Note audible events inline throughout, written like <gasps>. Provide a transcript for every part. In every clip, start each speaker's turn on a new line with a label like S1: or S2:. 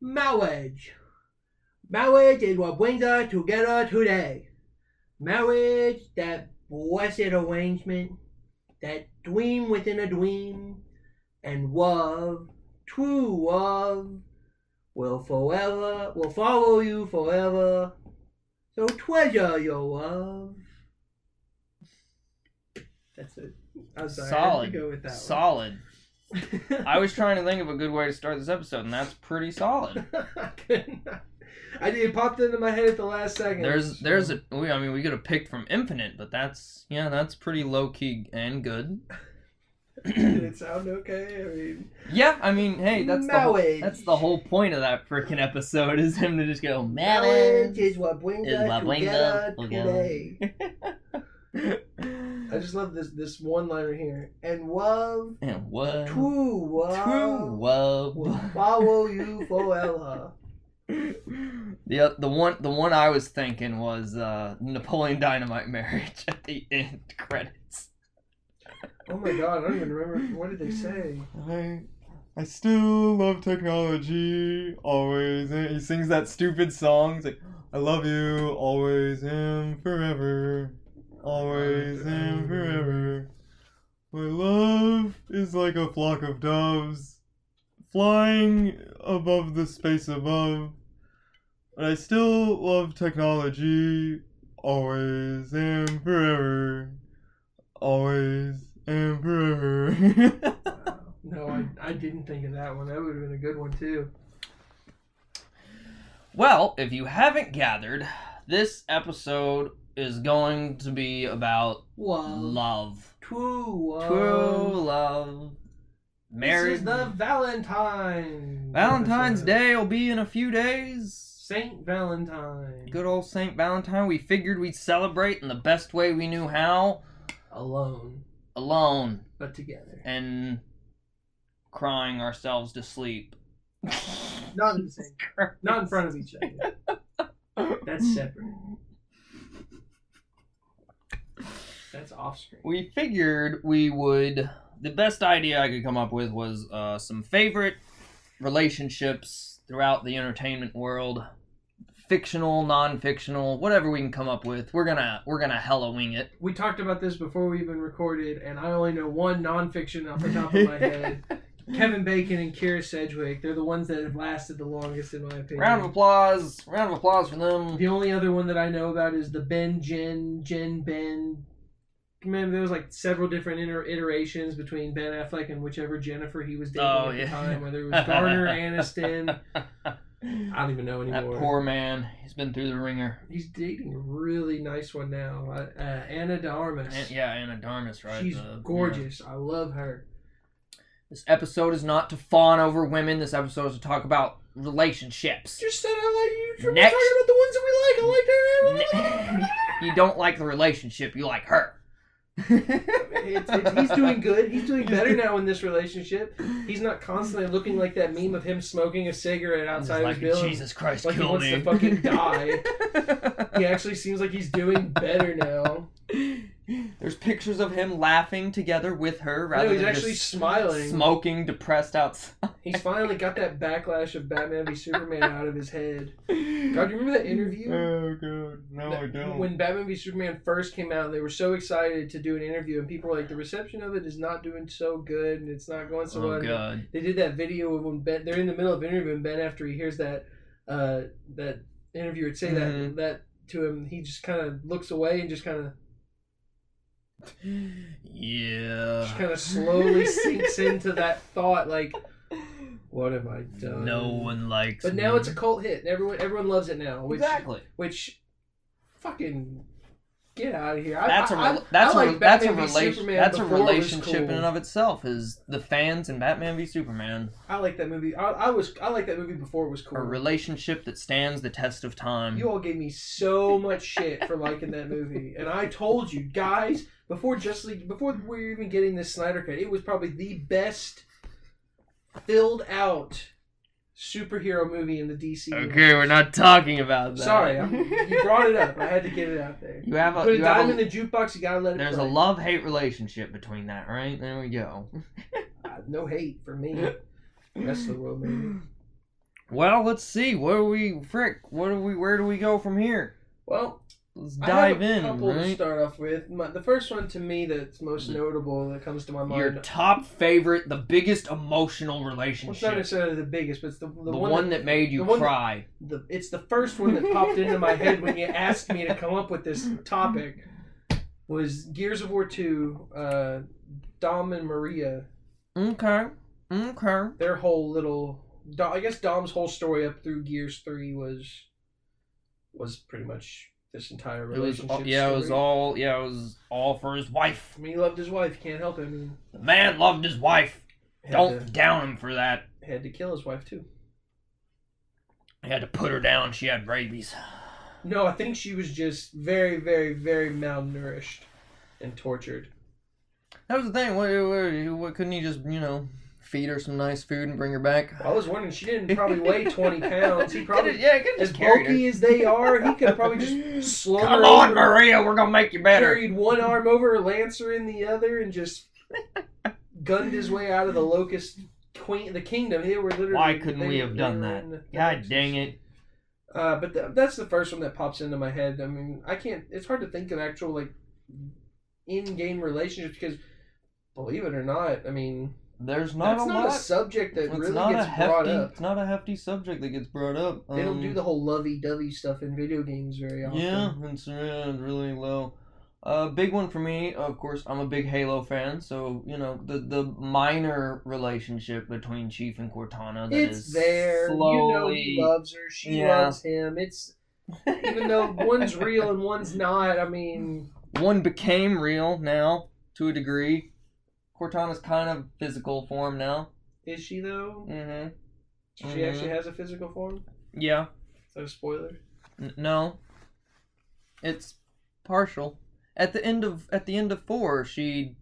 S1: Marriage. Marriage is what brings us together today. Marriage, that blessed arrangement, that dream within a dream, and love, true love, will forever, will follow you forever. So treasure your love. That's it. I'm sorry. I had
S2: solid.
S1: to go with that.
S2: solid.
S1: <laughs> One.
S2: I was trying to think of a good way to start this episode, and that's
S1: <laughs>
S2: pretty solid.
S1: I couldn't. I did. It popped into my head at the last second.
S2: There's there's a we I mean we could have picked from infinite, but that's yeah that's pretty low key and good.
S1: Did
S2: <clears throat>
S1: it sound okay? I mean,
S2: Yeah, I mean hey that's the whole,
S1: marriage.
S2: that's the whole point of that freaking episode <laughs> is him to just go
S1: Marriage
S2: marriage.
S1: is what brings
S2: is
S1: us
S2: what brings
S1: together
S2: us together.
S1: today. I just love this this one liner here. And love,
S2: And what
S1: true love,
S2: true
S1: will
S2: love. <laughs>
S1: follow you forever.
S2: the the one the one I was thinking was uh, Napoleon Dynamite marriage <laughs> at the end credits.
S1: oh my god, I don't even remember what did they say.
S2: I, I still love technology. Always, he sings that stupid song. He's like, I love you always and forever, always and forever. My love is like a flock of doves, flying above the space above. But I still love technology, always and forever, always and forever. <laughs>
S1: Wow. <laughs> No, I, I didn't think of that one. That would have been a good one too.
S2: Well, if you haven't gathered, this episode is going to be about
S1: Love,
S2: love.
S1: true love.
S2: True love.
S1: This
S2: Marriage.
S1: is the Valentine.
S2: Valentine's
S1: episode.
S2: Day will be in a few days.
S1: Saint Valentine.
S2: Good old St. Valentine. We figured we'd celebrate in the best way we knew how
S1: Alone,
S2: alone
S1: but together.
S2: and crying ourselves to sleep. <laughs>
S1: Not in the same. Not in front of each other. That's separate. That's off screen.
S2: we figured we would the best idea i could come up with was uh, some favorite relationships throughout the entertainment world fictional non-fictional whatever we can come up with we're gonna we're gonna hella wing it
S1: We talked about this before we even recorded, and I only know one nonfiction off the top of
S2: <laughs>
S1: my head. Kevin Bacon and Kira Sedgwick. They're the ones that have lasted the longest, in my opinion.
S2: round of applause round of applause for them
S1: The only other one that I know about is the Ben Jen Jen Ben. Remember, there was like several different inter- iterations between Ben Affleck and whichever Jennifer he was dating
S2: Oh,
S1: at
S2: yeah.
S1: the time, whether it was
S2: <laughs>
S1: Garner Aniston. I don't even know
S2: that
S1: anymore.
S2: poor man he's been through the ringer
S1: He's dating a really nice one now, uh, uh, Anna De Armas.
S2: An- yeah anna darmus right
S1: She's
S2: the- yeah.
S1: gorgeous. I love her.
S2: this episode is not to fawn over women this episode is to talk about relationships
S1: Just said I like you.
S2: We're Next- talking
S1: about the ones that we like. I
S2: Ne- <laughs> you don't like the relationship, you like her.
S1: It's, it's, he's
S2: <laughs>
S1: doing good. He's doing better now in this relationship. He's not constantly looking like that meme of him smoking a cigarette outside
S2: like,
S1: his building.
S2: Jesus Christ,
S1: Like he
S2: kill
S1: wants
S2: me.
S1: to
S2: <laughs>
S1: fucking die. He actually seems like he's doing better now.
S2: There's pictures of him laughing together with her <laughs> rather
S1: No, he's
S2: than
S1: actually
S2: just
S1: smiling.
S2: smoking, depressed outside.
S1: He's finally got that backlash of Batman v Superman out of his head. God, do you remember that interview?
S2: Oh god, no,
S1: That- When Batman v Superman first came out, they were so excited to do an interview, and people were like, "The reception of it is not doing so good, and it's not going so well."
S2: oh
S1: And
S2: god.
S1: They did that video of when Ben. They're in the middle of interviewing Ben after he hears that uh, that interviewer say that
S2: Mhm.
S1: that to him. He just kind of looks away and just kind of
S2: Yeah.
S1: just kind of
S2: <laughs>
S1: slowly sinks into that thought, like, "What have I done?"
S2: No one likes
S1: But now
S2: me.
S1: it's a cult hit. and Everyone everyone loves it now. Which
S2: Exactly.
S1: which fucking get out of here. I,
S2: That's a
S1: I- I-
S2: rela- that's
S1: I
S2: a
S1: like
S2: that's a
S1: Batman v
S2: relation
S1: Superman
S2: that's a
S1: before it was
S2: relationship in
S1: cool.
S2: and of itself is the fans and Batman v Superman
S1: I like that movie. I, I was I like that movie before it was cool.
S2: a relationship that stands the test of time.
S1: you all gave me so much shit for liking that movie, and I told you guys before Justice League, before we were even getting this Snyder cut, it was probably the best filled out superhero movie in the DC.
S2: Okay, we're not talking about that.
S1: Sorry, I'm, you brought it up. I had to get it out there.
S2: <laughs> You have
S1: Put
S2: a,
S1: a
S2: you have
S1: dime
S2: a-
S1: in the jukebox. You gotta let it.
S2: there's a
S1: play.
S2: love hate relationship between that, right? There we go.
S1: Uh, no hate for me. Rest of the world, maybe.
S2: Well, let's see. What do we frick? What do we? Where do we go from here?
S1: Well,
S2: Let's
S1: I have
S2: dive
S1: a
S2: in.
S1: couple to
S2: Right?
S1: start off with. My, the first one to me that's most notable that comes to my mind.
S2: Your top favorite, the biggest emotional
S1: well, it's not
S2: relationship,
S1: necessarily the biggest, but it's the, the,
S2: the, one, that, made you
S1: the one that-
S2: cry.
S1: the, it's the first one that popped into my head when you asked me to come up with this topic was Gears of War 2 uh, Dom and Maria
S2: Okay. Okay.
S1: their whole little Do- I guess Dom's whole story up through Gears 3 was was pretty much this entire
S2: It was
S1: relationship
S2: all, yeah, it was
S1: story.
S2: all yeah, it was all for his wife.
S1: I mean, he loved his wife, can't help it. I mean,
S2: The man loved his wife.
S1: had
S2: Don't down him for that.
S1: to, had to kill his wife too.
S2: He had to put her down. She had rabies.
S1: No, I think she was just very, very, very malnourished and tortured.
S2: That was the thing. What, what, what couldn't he just you know feed her some nice food and bring her back?
S1: I was wondering she didn't probably
S2: <laughs>
S1: weigh twenty pounds. He
S2: Could've-
S1: probably
S2: yeah, could
S1: as
S2: just carried her.
S1: bulky as they are, he could have probably just slung
S2: <laughs> Come
S1: her
S2: on,
S1: over,
S2: Maria, we're gonna make you better.
S1: carried one arm over, lancer in the other, and just gunned his way out of the locust queen, the kingdom. They were literally.
S2: Why couldn't
S1: they
S2: we
S1: were-
S2: have
S1: they
S2: done
S1: were
S2: that?
S1: in the-
S2: God dang it!
S1: Uh, but th- that's the first one that pops into my head. I mean, I can't. It's hard to think of actual like in-game relationships because, believe it or not, I mean
S2: There's not
S1: that's
S2: a
S1: not
S2: lot.
S1: a subject that
S2: it's
S1: really
S2: not a
S1: gets brought
S2: hefty.
S1: up.
S2: It's not a hefty subject that gets brought up.
S1: They don't
S2: Um,
S1: do the whole lovey-dovey stuff in video games very often.
S2: Yeah, it's uh, really low. uh, big one for me, of course. I'm a big Halo fan, so you know the the minor relationship between Chief and Cortana. that
S1: it's
S2: is
S1: there. You know
S2: Slowly,
S1: he loves her. She
S2: Yeah.
S1: loves him. It's even
S2: <laughs>
S1: though one's real and one's not. I mean,
S2: one became real now to a degree. Cortana's kind of physical form now.
S1: is she though?
S2: Mm-hmm.
S1: She
S2: Mhm.
S1: actually has a physical form.
S2: Yeah.
S1: Is that a spoiler?
S2: N- no. It's partial. At the end of at the end of four, she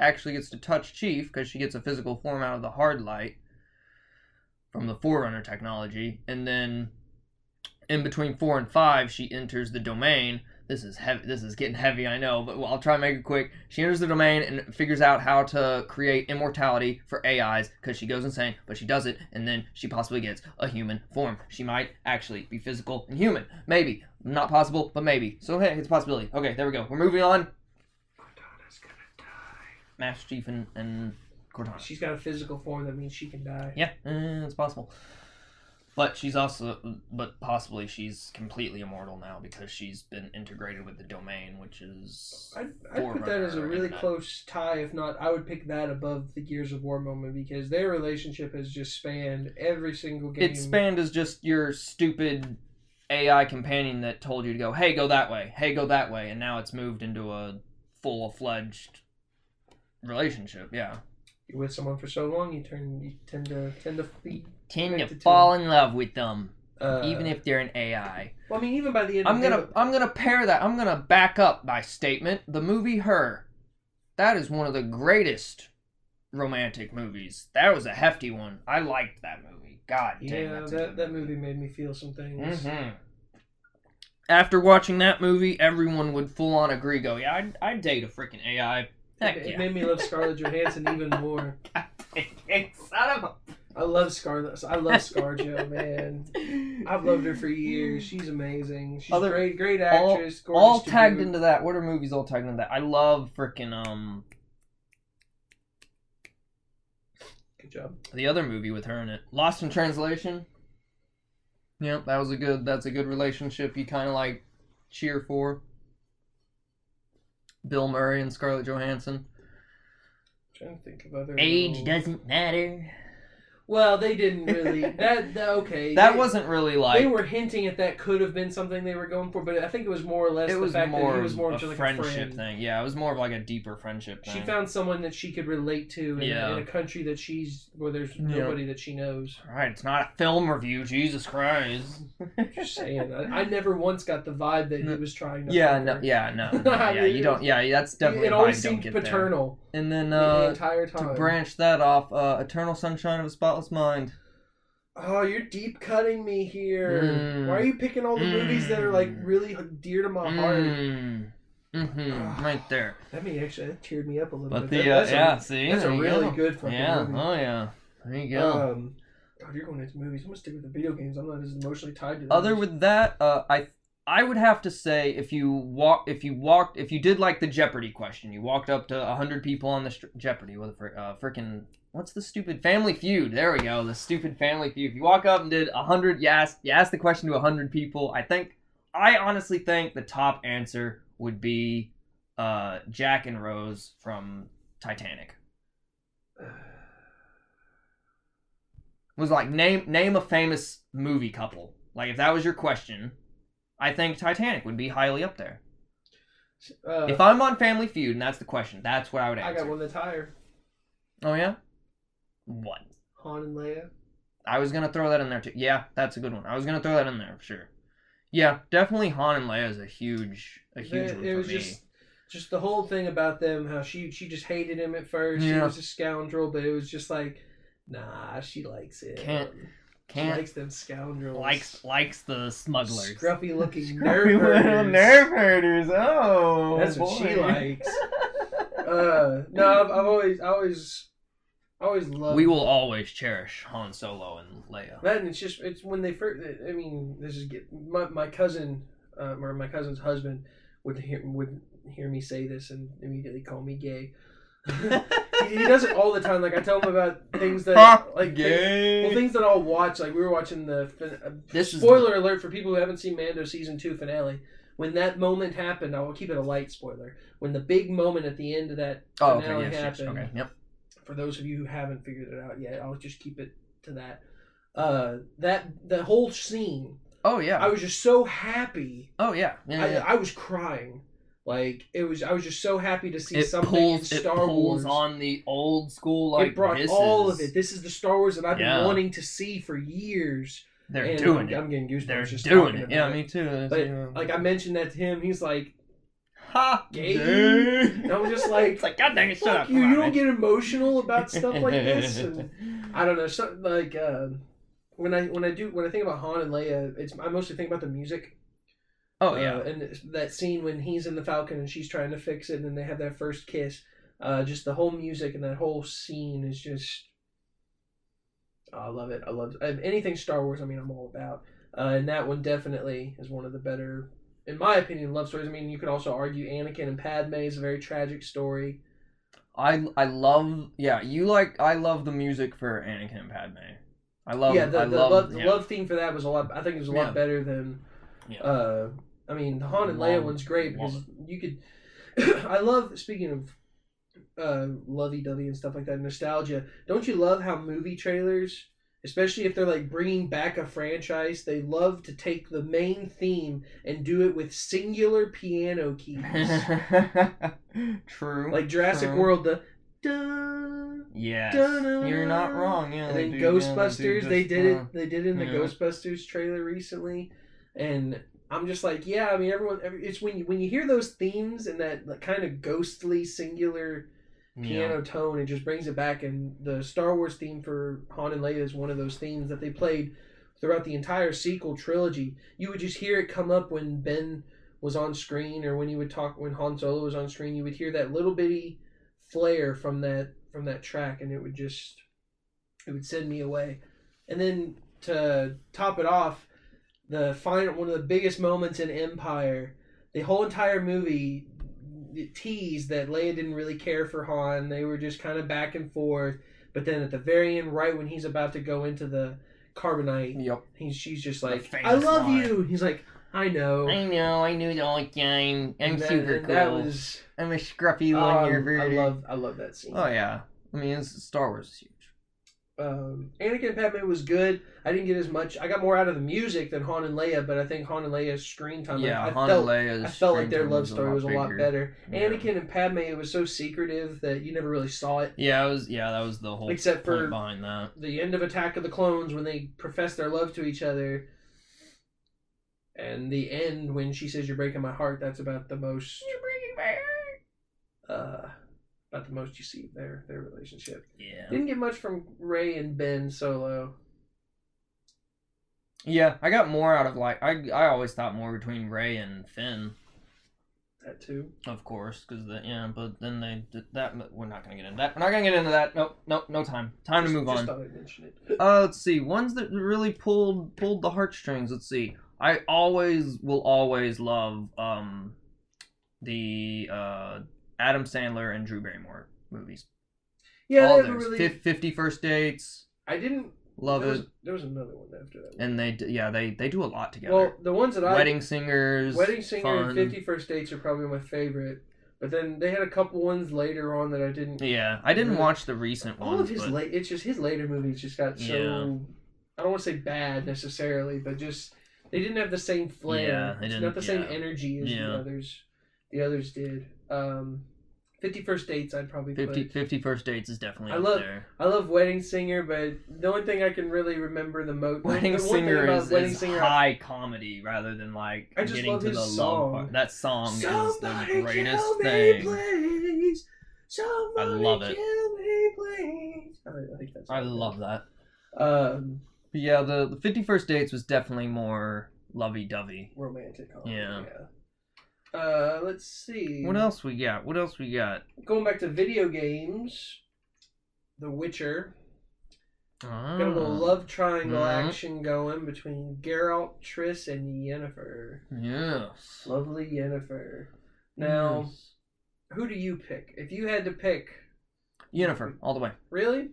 S2: actually gets to touch Chief because she gets a physical form out of the hard light from the Forerunner technology, and then in between four and five, she enters the domain. This is heavy. This is getting heavy. I know, but I'll try and make it quick. She enters the domain and figures out how to create immortality for AIs because she goes insane. But she does it, and then she possibly gets a human form. She might actually be physical and human. Maybe not possible, but maybe. So hey, it's a possibility. Okay, there we go. We're moving on.
S1: Cortana's gonna
S2: Master Chief and, and
S1: die.
S2: Cortana.
S1: She's got a physical form. That means she can die.
S2: Yeah, eh, it's possible. But she's also, but possibly she's completely immortal now because she's been integrated with the domain, which is
S1: I'd, I'd put that as a
S2: Forerunner
S1: really
S2: and that.
S1: close tie. If not, I would pick that above the Gears of War moment because their relationship has just spanned every single game.
S2: It spanned as just your stupid AI companion that told you to go, hey, go that way, hey, go that way, and now it's moved into a full fledged relationship. Yeah,
S1: You're with someone for so long, you turn, you tend to tend to be.
S2: tend to
S1: Connected to
S2: fall in love with them,
S1: Uh,
S2: even if they're an AI.
S1: Well, I mean, even by the end.
S2: I'm
S1: of the
S2: <laughs> gonna I'm gonna pair that. I'm gonna back up my statement. The movie Her, that is one of the greatest romantic movies. That was a hefty one. I liked that movie. God damn,
S1: Yeah,
S2: that's a
S1: that,
S2: good
S1: that movie made me feel some things.
S2: Mhm. After watching that movie, everyone would full on agree. Go, yeah, I'd, I'd date a freaking AI. Heck
S1: It, it
S2: yeah.
S1: made me love Scarlett Johansson even more.
S2: <laughs> Son of a-
S1: I love Scarlett. I love
S2: <laughs>
S1: ScarJo, man. <laughs> I've loved her for years. She's amazing. She's
S2: Other-
S1: great, great
S2: all-
S1: actress. gorgeous
S2: all
S1: to
S2: tagged
S1: boot.
S2: into that. What are movies all tagged into that? I love freaking um
S1: Good job.
S2: the other movie with her in it. Lost in Translation. Yeah, that was a good. That's a good relationship. You kind of like cheer for. Bill Murray and Scarlett Johansson.
S1: trying to think of other
S2: Age
S1: little-
S2: doesn't matter.
S1: Well, they didn't really.
S2: <laughs>
S1: That, that okay.
S2: That
S1: they-
S2: wasn't really
S1: They
S2: like.
S1: were hinting at that could have been something they were going for, but I think it was more or less
S2: It
S1: the
S2: was
S1: fact
S2: more
S1: that he was more
S2: of
S1: just
S2: a
S1: like
S2: friendship
S1: a friend.
S2: thing. Yeah, it was more of like a deeper friendship
S1: She
S2: thing.
S1: found someone that she could relate to in,
S2: Yeah.
S1: in a country that she's where there's
S2: Yeah.
S1: nobody that she knows.
S2: All right, it's not a film review. Jesus Christ.
S1: Just saying, I, I never once got the vibe that he
S2: No.
S1: was trying to.
S2: Yeah,
S1: fuck
S2: no,
S1: her.
S2: yeah, no,
S1: <laughs>
S2: no, yeah. You don't. Yeah, that's definitely.
S1: It
S2: a
S1: always
S2: vibe don't
S1: seemed
S2: get there.
S1: paternal
S2: And then
S1: the
S2: uh,
S1: entire
S2: to
S1: time.
S2: branch that off, uh, Eternal Sunshine of a Spotless Mind.
S1: oh, you're deep cutting me here.
S2: Mm.
S1: Why are you picking all the movies that are like
S2: Mm.
S1: really dear to my heart? <sighs>
S2: Mm-hmm. Right there.
S1: That may actually that teared me up a little
S2: But
S1: bit. That-
S2: the uh,
S1: that's a-
S2: yeah, see,
S1: that's a
S2: there you
S1: really
S2: go.
S1: good fucking
S2: yeah.
S1: movie.
S2: Oh yeah. There you go.
S1: Um, God, you're going into movies. I'm gonna stick with the video games. I'm not as emotionally tied to.
S2: Other
S1: those.
S2: with that, uh, I I would have to say if you walk if you walked if you did like the Jeopardy question, you walked up to hundred people on the str- Jeopardy with a fr- uh, freaking what's the stupid Family Feud? There we go, the stupid Family Feud. If you walk up and did hundred, you asked you asked the question to hundred people. I think I honestly think the top answer would be uh, Jack and Rose from Titanic. was like name name a famous movie couple. Like if that was your question, I think Titanic would be highly up there.
S1: <sighs> Uh,
S2: if I'm on Family Feud and that's the question, that's what I would
S1: I got
S2: answer.
S1: one that's higher.
S2: Oh yeah, what?
S1: Han and Leia.
S2: I was gonna throw that in there too. Yeah, that's a good one. I was gonna throw that in there for sure. Yeah, definitely Han and Leia is a huge a huge
S1: It-
S2: one
S1: it
S2: for
S1: was
S2: me.
S1: just just the whole thing about them how she she just hated him at first he
S2: Yeah.
S1: was a scoundrel but it was just like nah she likes it
S2: Can't-
S1: she
S2: Can't
S1: likes them scoundrels
S2: likes likes the smugglers.
S3: <laughs>
S1: scruffy
S2: <laughs>
S1: looking
S3: Scruffy
S1: nerve
S3: little
S1: herders.
S3: nerve herders. Oh,
S1: that's what she
S3: boy. <laughs>
S1: likes uh no I've, I've always I always I always loved
S2: we will always cherish Han Solo and Leia.
S1: That and it's just it's when they first. I mean, this is get my my cousin uh, or my cousin's husband would hear would hear me say this and immediately call me gay. <laughs> he, he does it all the time. Like I tell him about things that like things-
S3: gay.
S1: well, things that I'll watch. Like we were watching the fin- uh,
S2: This is
S1: spoiler alert for people who haven't seen Mando season two finale. When that moment happened, I will keep it a light spoiler. When the big moment at the end of that
S2: Oh, okay.
S1: finale
S2: Yes, yes.
S1: happened,
S2: Okay. Yep.
S1: for those of you who haven't figured it out yet, I'll just keep it to that. Uh, that the whole scene,
S2: Oh yeah.
S1: I was just so happy.
S2: oh yeah. Yeah. yeah, yeah.
S1: I, I was crying. Like it was, I was just so happy to see
S2: it
S1: something
S2: pulls,
S1: in
S2: it
S1: Star Wars.
S2: pulls on the old school like
S1: it brought
S2: this
S1: all
S2: is-
S1: of it. This is the Star Wars that I've
S2: Yeah.
S1: been wanting to see for years.
S2: They're
S1: and I'm,
S2: doing it.
S1: I'm getting goosebumps.
S2: They're
S1: just
S2: doing
S1: talking
S2: it.
S1: about
S2: Yeah, me too.
S1: But,
S2: Yeah.
S1: Like I mentioned that to him, he's like,
S2: ha,
S1: gay.
S3: Gay.
S1: And I'm
S2: <laughs>
S1: just like,
S2: it's like God dang it, shut
S1: Fuck
S2: up.
S1: you!
S2: come on,
S1: You don't
S2: man.
S1: get emotional about stuff like
S2: <laughs>
S1: this. And I don't know. So, like uh, when I when I do when I think about Han and Leia, it's I mostly think about the music.
S2: oh
S1: Uh,
S2: yeah.
S1: and it's- that scene when he's in the Falcon and she's trying to fix it, and they have their first kiss. Uh, just the whole music and that whole scene is just. oh, I love it. I love uh, anything Star Wars. I mean, I'm all about. Uh, and that one definitely is one of the better, in my opinion, love stories. I mean, you could also argue Anakin and Padme is a very tragic story.
S2: I I love yeah. You like I love the music for Anakin and Padme. I love
S1: yeah, the,
S2: I
S1: the
S2: love,
S1: love, the
S2: yeah.
S1: love theme for that was a lot. I think it was a lot
S2: Yeah.
S1: better than.
S2: Yeah.
S1: Uh, I mean, the Han and Leia
S2: Love-
S1: one's great
S2: love
S1: because you could. <clears throat> I love speaking of uh, lovey-dovey and stuff like that, nostalgia. Don't you love how movie trailers, especially if they're like bringing back a franchise, they love to take the main theme and do it with singular piano
S2: <laughs>
S1: keys,
S2: True.
S1: uh, like Jurassic
S2: true.
S1: World. The dun,
S2: Yes.
S1: Da-na-na.
S2: You're not wrong. Yeah.
S1: and
S3: they do-
S1: then
S3: yeah, they do
S1: Ghostbusters, they
S3: just,
S1: did
S3: uh,
S1: it. They did it in the
S2: yeah.
S1: Ghostbusters trailer recently, and I'm just like, yeah. I mean, everyone. Every, it's when you when you hear those themes and that like, kind of ghostly, singular
S2: yeah.
S1: piano tone, it just brings it back. And the Star Wars theme for Han and Leia is one of those themes that they played throughout the entire sequel trilogy. You would just hear it come up when Ben was on screen, or when he would talk when Han Solo was on screen. You would hear that little bitty flare from that from that track, and it would just it would send me away. And then to top it off, the final one of the biggest moments in Empire, the whole entire movie it teased that Leia didn't really care for Han. They were just kind of back and forth. But then at the very end, right when he's about to go into the carbonite,
S2: Yep.
S1: he's she's just
S2: The
S1: like,
S2: famous
S1: "I love
S2: line.
S1: you." He's like, "I know."
S2: I know. I knew the whole game. I'm
S1: And that,
S2: super
S1: and
S2: cool.
S1: That was
S2: I'm a scruffy
S1: oh,
S2: linear
S1: I
S2: version.
S1: love I love that scene.
S2: Oh yeah, I mean it's, Star Wars is huge.
S1: um, Anakin Padme was good. I didn't get as much. I got more out of the music than Han and Leia, but I think Han and Leia's screen time.
S2: yeah,
S1: Um, I, I
S2: Han
S1: felt,
S2: and Leia's
S1: I felt like
S2: screen
S1: their
S2: time
S1: love story was a lot
S2: bigger.
S1: better.
S2: Yeah.
S1: Anakin and Padme, it was so secretive that you never really saw it,
S2: Yeah, it was. Yeah, that was the whole
S1: except
S2: point
S1: for
S2: behind that.
S1: the end of Attack of the Clones when they profess their love to each other, and the end when she says "You're breaking my heart." That's about the most. Uh, about the most you see of their their relationship.
S2: Yeah.
S1: Didn't get much from Ray and Ben Solo.
S2: Yeah, I got more out of like I I always thought more between Ray and Finn.
S1: That too.
S2: Of course, because the yeah, but then they did that. We're not gonna get into that. We're not gonna get into that. Nope, nope, no time. Time
S1: Just-
S2: to move
S1: just
S2: on.
S1: thought I'd mention it.
S2: Uh, let's see. Ones that really pulled pulled the heartstrings. Let's see. I always will always love um the uh Adam Sandler and Drew Barrymore movies.
S1: Yeah, they
S2: All
S1: were
S2: theirs.
S1: really.
S2: Fif- Fifty First Dates.
S1: I didn't.
S2: Love
S1: there was,
S2: it.
S1: There was another one after that.
S2: And they d- yeah they they do a lot together.
S1: Well, the ones that I
S2: Wedding singers.
S1: Wedding Singer
S2: fun.
S1: and Fifty First Dates are probably my favorite. But then they had a couple ones later on that I didn't.
S2: Yeah, I didn't
S1: Really-
S2: watch the recent
S1: All
S2: ones.
S1: of his
S2: but-
S1: late, it's just his later movies just got so.
S2: Yeah.
S1: I don't want to say bad necessarily, but just they didn't have the same flair.
S2: Yeah, they
S1: It's
S2: didn't-
S1: not the same
S2: yeah.
S1: energy as
S2: Yeah.
S1: the others. The others did. Um, Fifty First Dates, I'd probably
S2: 50,
S1: put.
S2: 50 First Dates is definitely
S1: I
S2: up
S1: love-
S2: there.
S1: I love Wedding Singer, but the only thing I can really remember the most.
S2: Wedding
S1: the one thing
S2: Singer
S1: about
S2: is,
S1: Wedding
S2: is
S1: Singer,
S2: high comedy rather than like
S1: I just
S2: getting
S1: love
S2: to
S1: his
S2: the
S1: song.
S2: love part. That song
S1: Somebody
S2: is the greatest
S1: kill me,
S2: thing.
S1: please. Somebody
S2: love it.
S1: Kill me, please. I, I think that's.
S2: I love that.
S1: um,
S2: But yeah, the the Fifty First Dates was definitely more lovey dovey.
S1: romantic comedy.
S2: Yeah.
S1: Yeah. Uh, let's see.
S2: What else we got? What else we got?
S1: Going back to video games, The Witcher.
S2: Ah.
S1: Got a little
S2: Uh-huh.
S1: love triangle
S2: Mhm.
S1: action going between Geralt, Triss, and Yennefer.
S2: Yes.
S1: Lovely Yennefer. Now, who do you pick? If you had to pick,
S2: Yes. Yennefer, all the way.
S1: really?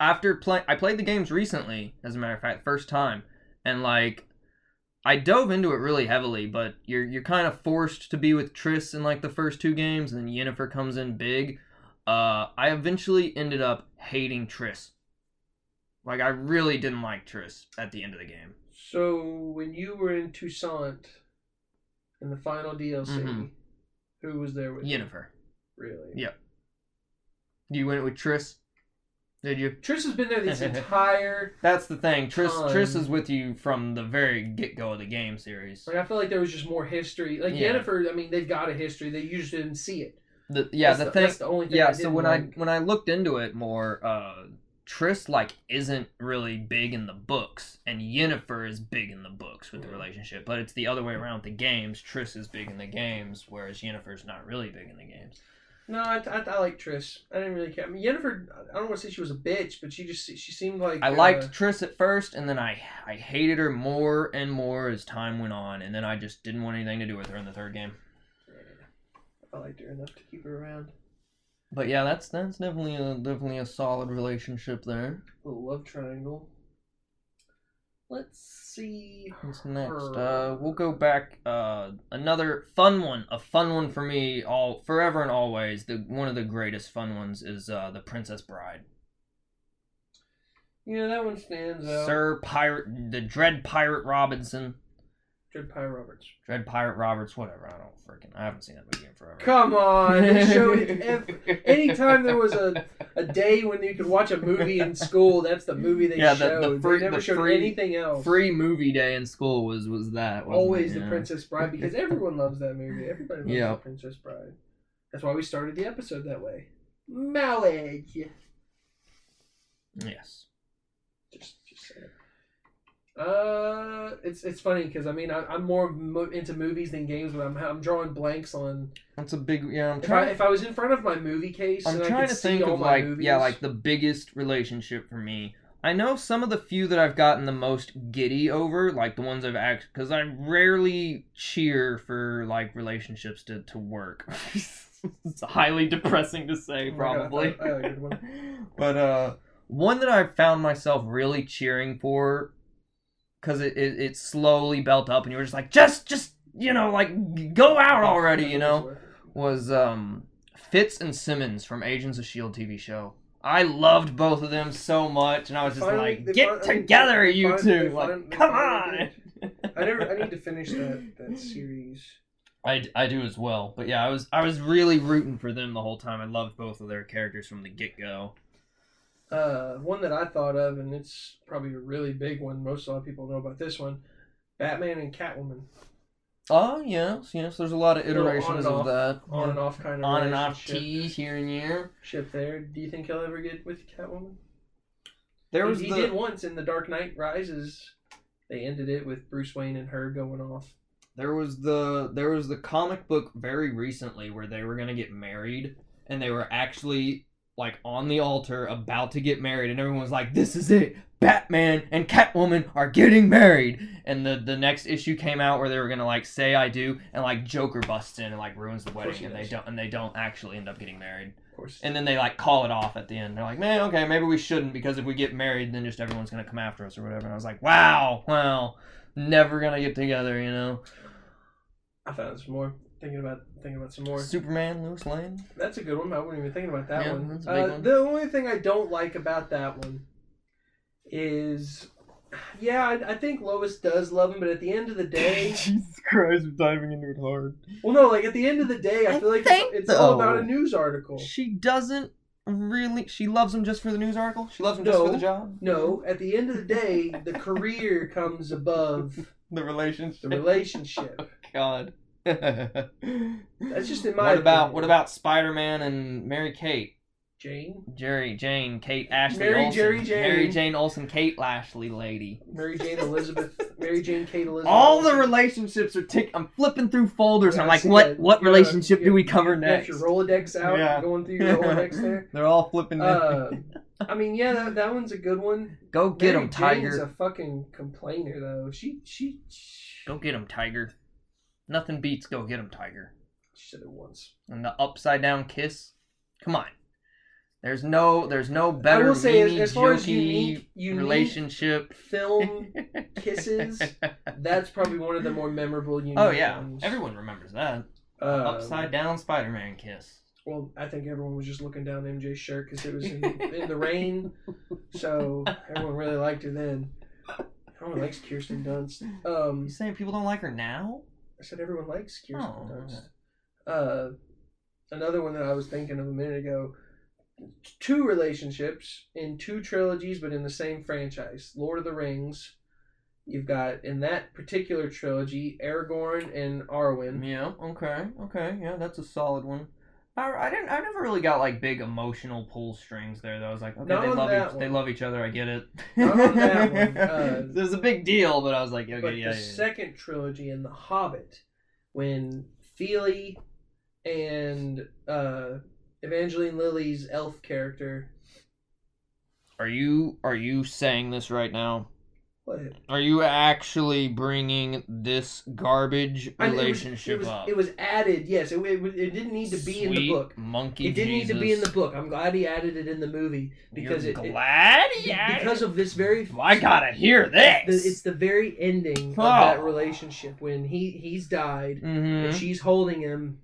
S2: after playing i played the games recently as a matter of fact first time and like i dove into it really heavily but you're you're kind of forced to be with triss in like the first two games and then yennefer comes in big uh i eventually ended up hating triss like i really didn't like triss at the end of the game
S1: So when you were in Toussaint in the final DLC,
S2: Mhm.
S1: who was there with you?
S2: yennefer
S1: Really?
S2: Yeah. you went with triss did you
S1: Triss has been there
S2: <laughs>
S1: this entire.
S2: that's the thing triss
S1: Time.
S2: triss is with you from the very get-go of the game series
S1: Like I feel like there was just more history. Like
S2: Yeah.
S1: Yennefer, I mean, they've got a history. They just didn't see it.
S2: the, yeah
S1: that's
S2: the thing
S1: That's the only thing.
S2: yeah
S1: I
S2: so
S1: didn't
S2: when
S1: like.
S2: i when i looked into it more uh triss like isn't really big in the books and yennefer is big in the books with the
S1: Mhm.
S2: relationship but it's the other way around with the games triss is big in the games whereas yennefer's not really big in the games
S1: no, I, I, I like Triss. I didn't really care. I mean, Yennefer. I don't want to say she was a bitch, but she just she seemed like
S2: i
S1: uh,
S2: liked triss at first and then i i hated her more and more as time went on and then i just didn't want anything to do with her in the third game
S1: uh, I liked her enough to keep her around.
S2: but yeah that's that's definitely a definitely a solid relationship there
S1: little love triangle. Let's see.
S2: What's next?
S1: her.
S2: Uh, we'll go back. Uh, another fun one, a fun one for me, all forever and always. The one of the greatest fun ones is uh, the Princess Bride.
S1: Yeah, that one stands out.
S2: Sir Pirate, the Dread Pirate Robinson,
S1: Dread Pie Roberts.
S2: Dread Pirate Roberts, whatever. I don't freaking. I haven't seen that movie in forever.
S1: Come on, they showed
S2: <laughs>
S1: it ev- anytime there was a- a day when you could watch a movie in school. That's the movie they
S2: Yeah, the- the
S1: showed.
S2: free-
S1: they never
S2: the
S1: showed
S2: free- oh,
S1: anything else.
S2: free movie day in school was was that wasn't it?
S1: Always the
S2: Yeah.
S1: Princess Bride because everyone loves that movie. Everybody loves
S2: Yeah.
S1: the Princess Bride. That's why we started the episode that way.
S4: Marriage.
S2: Yes.
S1: Just, just saying. Uh, it's it's funny because I mean I, I'm more mo- into movies than games, but I'm I'm drawing blanks on
S2: That's a big. Yeah, I'm
S1: if I,
S2: trying.
S1: if I was in front of my movie case.
S2: I'm
S1: and I
S2: trying
S1: could
S2: to
S1: see
S2: think
S1: all
S2: of
S1: my
S2: like
S1: movies,
S2: yeah, like the biggest relationship for me. I know some of the few that I've gotten the most giddy over, like the ones I've actually, because I rarely cheer for like relationships to to work. <laughs> it's highly depressing to say,
S1: Oh my God, I
S2: probably.
S1: thought- I had a good one.
S2: but uh, one that I found myself really cheering for, because it, it it slowly built up, and you were just like, just just you know, like go <laughs> out already, you know was um Fitz and Simmons from Agents of Shield TV show. I loved both of them so much, and I was just
S1: Finally- they
S2: like,
S1: fin-
S2: "Get
S1: I mean,
S2: together,
S1: they
S2: you
S1: fin-
S2: two!
S1: they
S2: Like,
S1: fin- they
S2: come
S1: finally
S2: on!"
S1: I
S2: <laughs>
S1: never. I need to finish that that series.
S2: I, d- I do as well, but yeah, I was I was really rooting for them the whole time. I loved both of their characters from the get go.
S1: Uh, one that I thought of, and it's probably a really big one. Most a lot of people know about this one. Batman and Catwoman,
S2: Oh yes, yes. There's a lot of
S1: Little on
S2: iterations
S1: and
S2: of
S1: off,
S2: that
S1: on and off kind of
S2: on and off
S1: relationship-
S2: tease here and there.
S1: ship there. Do you think he'll ever get with Catwoman?
S2: There
S1: He-
S2: was
S1: he
S2: the
S1: did once in The Dark Knight Rises. They ended it with Bruce Wayne and her going off.
S2: There was the there was the comic book very recently where they were gonna get married and they were actually like on the altar about to get married and everyone was like, This is it. Batman and Catwoman are getting married and the the next issue came out where they were gonna like say I do and like Joker busts in and like ruins the
S1: course he
S2: wedding and they
S1: does.
S2: don't and they don't actually end up getting married.
S1: Of course.
S2: And then they like call it off at the end. They're like, man, okay, maybe we shouldn't because if we get married, then just everyone's gonna come after us or whatever. And I was like, wow, wow, never gonna get together, you know?
S1: I found some more. Thinking about thinking about some more.
S2: Superman, Lois Lane.
S1: That's a good one. I wasn't even thinking about that
S2: Yeah,
S1: one.
S2: that's a big
S1: Uh,
S2: one.
S1: The only thing I don't like about that one is, yeah, I, I think Lois does love him, but at the end of the
S2: <laughs>
S1: day,
S3: Jesus Christ, we're diving into it hard.
S1: well, no, like at the end of the day, I
S2: I
S1: feel like it's,
S2: think,
S1: it's all
S2: though-
S1: about a news article.
S2: She doesn't really. She loves him just for the news article. She loves him just
S1: No.
S2: for the job.
S1: No, at the end of the day, the career comes above
S3: The
S1: the
S3: relationship.
S1: relationship.
S2: God. That's
S1: just in my
S2: What about
S1: opinion.
S2: what about Spider Man and Mary Kate,
S1: Jane,
S2: Jerry, Jane, Kate, Ashley,
S1: Mary,
S2: Olsen.
S1: Jerry, Jane.
S2: Mary Jane Olsen, Kate Lashley, lady.
S1: Mary Jane, Elizabeth, Mary Jane, Kate, Elizabeth.
S2: All the relationships are tick. I'm flipping through folders.
S1: Yeah, I
S2: I'm like,
S1: see
S2: what?
S1: that.
S2: What
S1: You're-
S2: relationship do we cover
S1: You got
S2: next?
S1: your Rolodex out,
S3: Yeah.
S1: going through your
S2: <laughs>
S1: Rolodex there.
S3: They're all flipping.
S1: Uh, I mean, yeah, that, that one's a good one.
S2: Go <laughs> get
S1: Mary
S2: him,
S1: Jane's
S2: Tiger.
S1: a fucking complainer though. She she, she
S2: Go get him, Tiger. Nothing beats go get him, Tiger.
S1: said it once.
S2: And the upside down kiss. Come on. There's no. There's no better.
S1: I will say, as,
S2: meanie,
S1: as far as
S2: jokey
S1: unique, unique
S2: relationship <laughs>
S1: film kisses, that's probably one of the more memorable. Unique
S2: oh yeah,
S1: ones.
S2: everyone remembers that
S1: Uh,
S2: upside down Spider-Man kiss.
S1: Well, I think everyone was just looking down MJ's shirt because it was
S2: <laughs>
S1: in, in the rain, so everyone really liked her
S2: <laughs>
S1: then. Everyone likes Kirsten Dunst. Um,
S2: You saying people don't like her now?
S1: I said everyone likes Kirsten
S2: Oh,
S1: Dunst. Uh, another one that I was thinking of a minute ago. Two relationships in two trilogies, but in the same franchise. Lord of the Rings. You've got in that particular trilogy, Aragorn and Arwen.
S2: Yeah. Okay. Okay. Yeah, that's a solid one. I, I didn't. I never really got like big emotional pull strings there. Though I was like, okay,
S1: Not
S2: they
S1: on
S2: love
S1: that
S2: each, they
S1: one.
S2: love each other. I get it.
S1: Not on
S2: <laughs>
S1: that one, uh,
S2: There's a big deal, but I was like, okay,
S1: but
S2: yeah,
S1: the
S2: yeah, yeah.
S1: second trilogy in The Hobbit, when Feely and uh, Evangeline Lilly's elf character.
S2: Are you are you saying this right now?
S1: What?
S2: Are you actually bringing this garbage
S1: I- it was-
S2: relationship
S1: it was,
S2: up?
S1: It was added, yes. It, it, was- it didn't need to be in the
S2: Sweet
S1: book.
S2: Monkey.
S1: It didn't need to be in the
S2: Jesus.
S1: book. I'm glad he added it in the movie because
S2: You're
S1: it, it-
S2: glad
S1: be-
S2: he added
S1: because of this very.
S2: Well, I gotta hear
S1: It's
S2: this.
S1: the, it's the very ending
S2: Oh.
S1: of that relationship when he he's died and
S2: mm-hmm.
S1: she's holding him,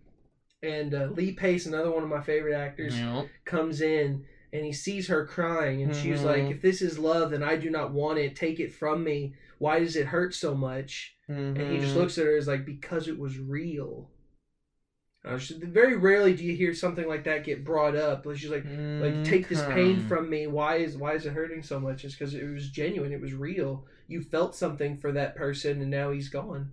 S1: and uh, Lee Pace, another one of my favorite actors,
S2: Mm-hmm.
S1: comes in and he sees her crying and she's
S2: Mhm.
S1: like, "If this is love, then I do not want it. Take it from me. Why does it hurt so much?" And he
S2: Mm.
S1: just looks at her as like, because it was real. And I was just- very rarely do you hear something like that get brought up. Like she's like,
S2: Mm-hmm.
S1: like take this pain from me. Why is why is it hurting so much? It's because it was genuine. It was real. You felt something for that person, and now he's gone.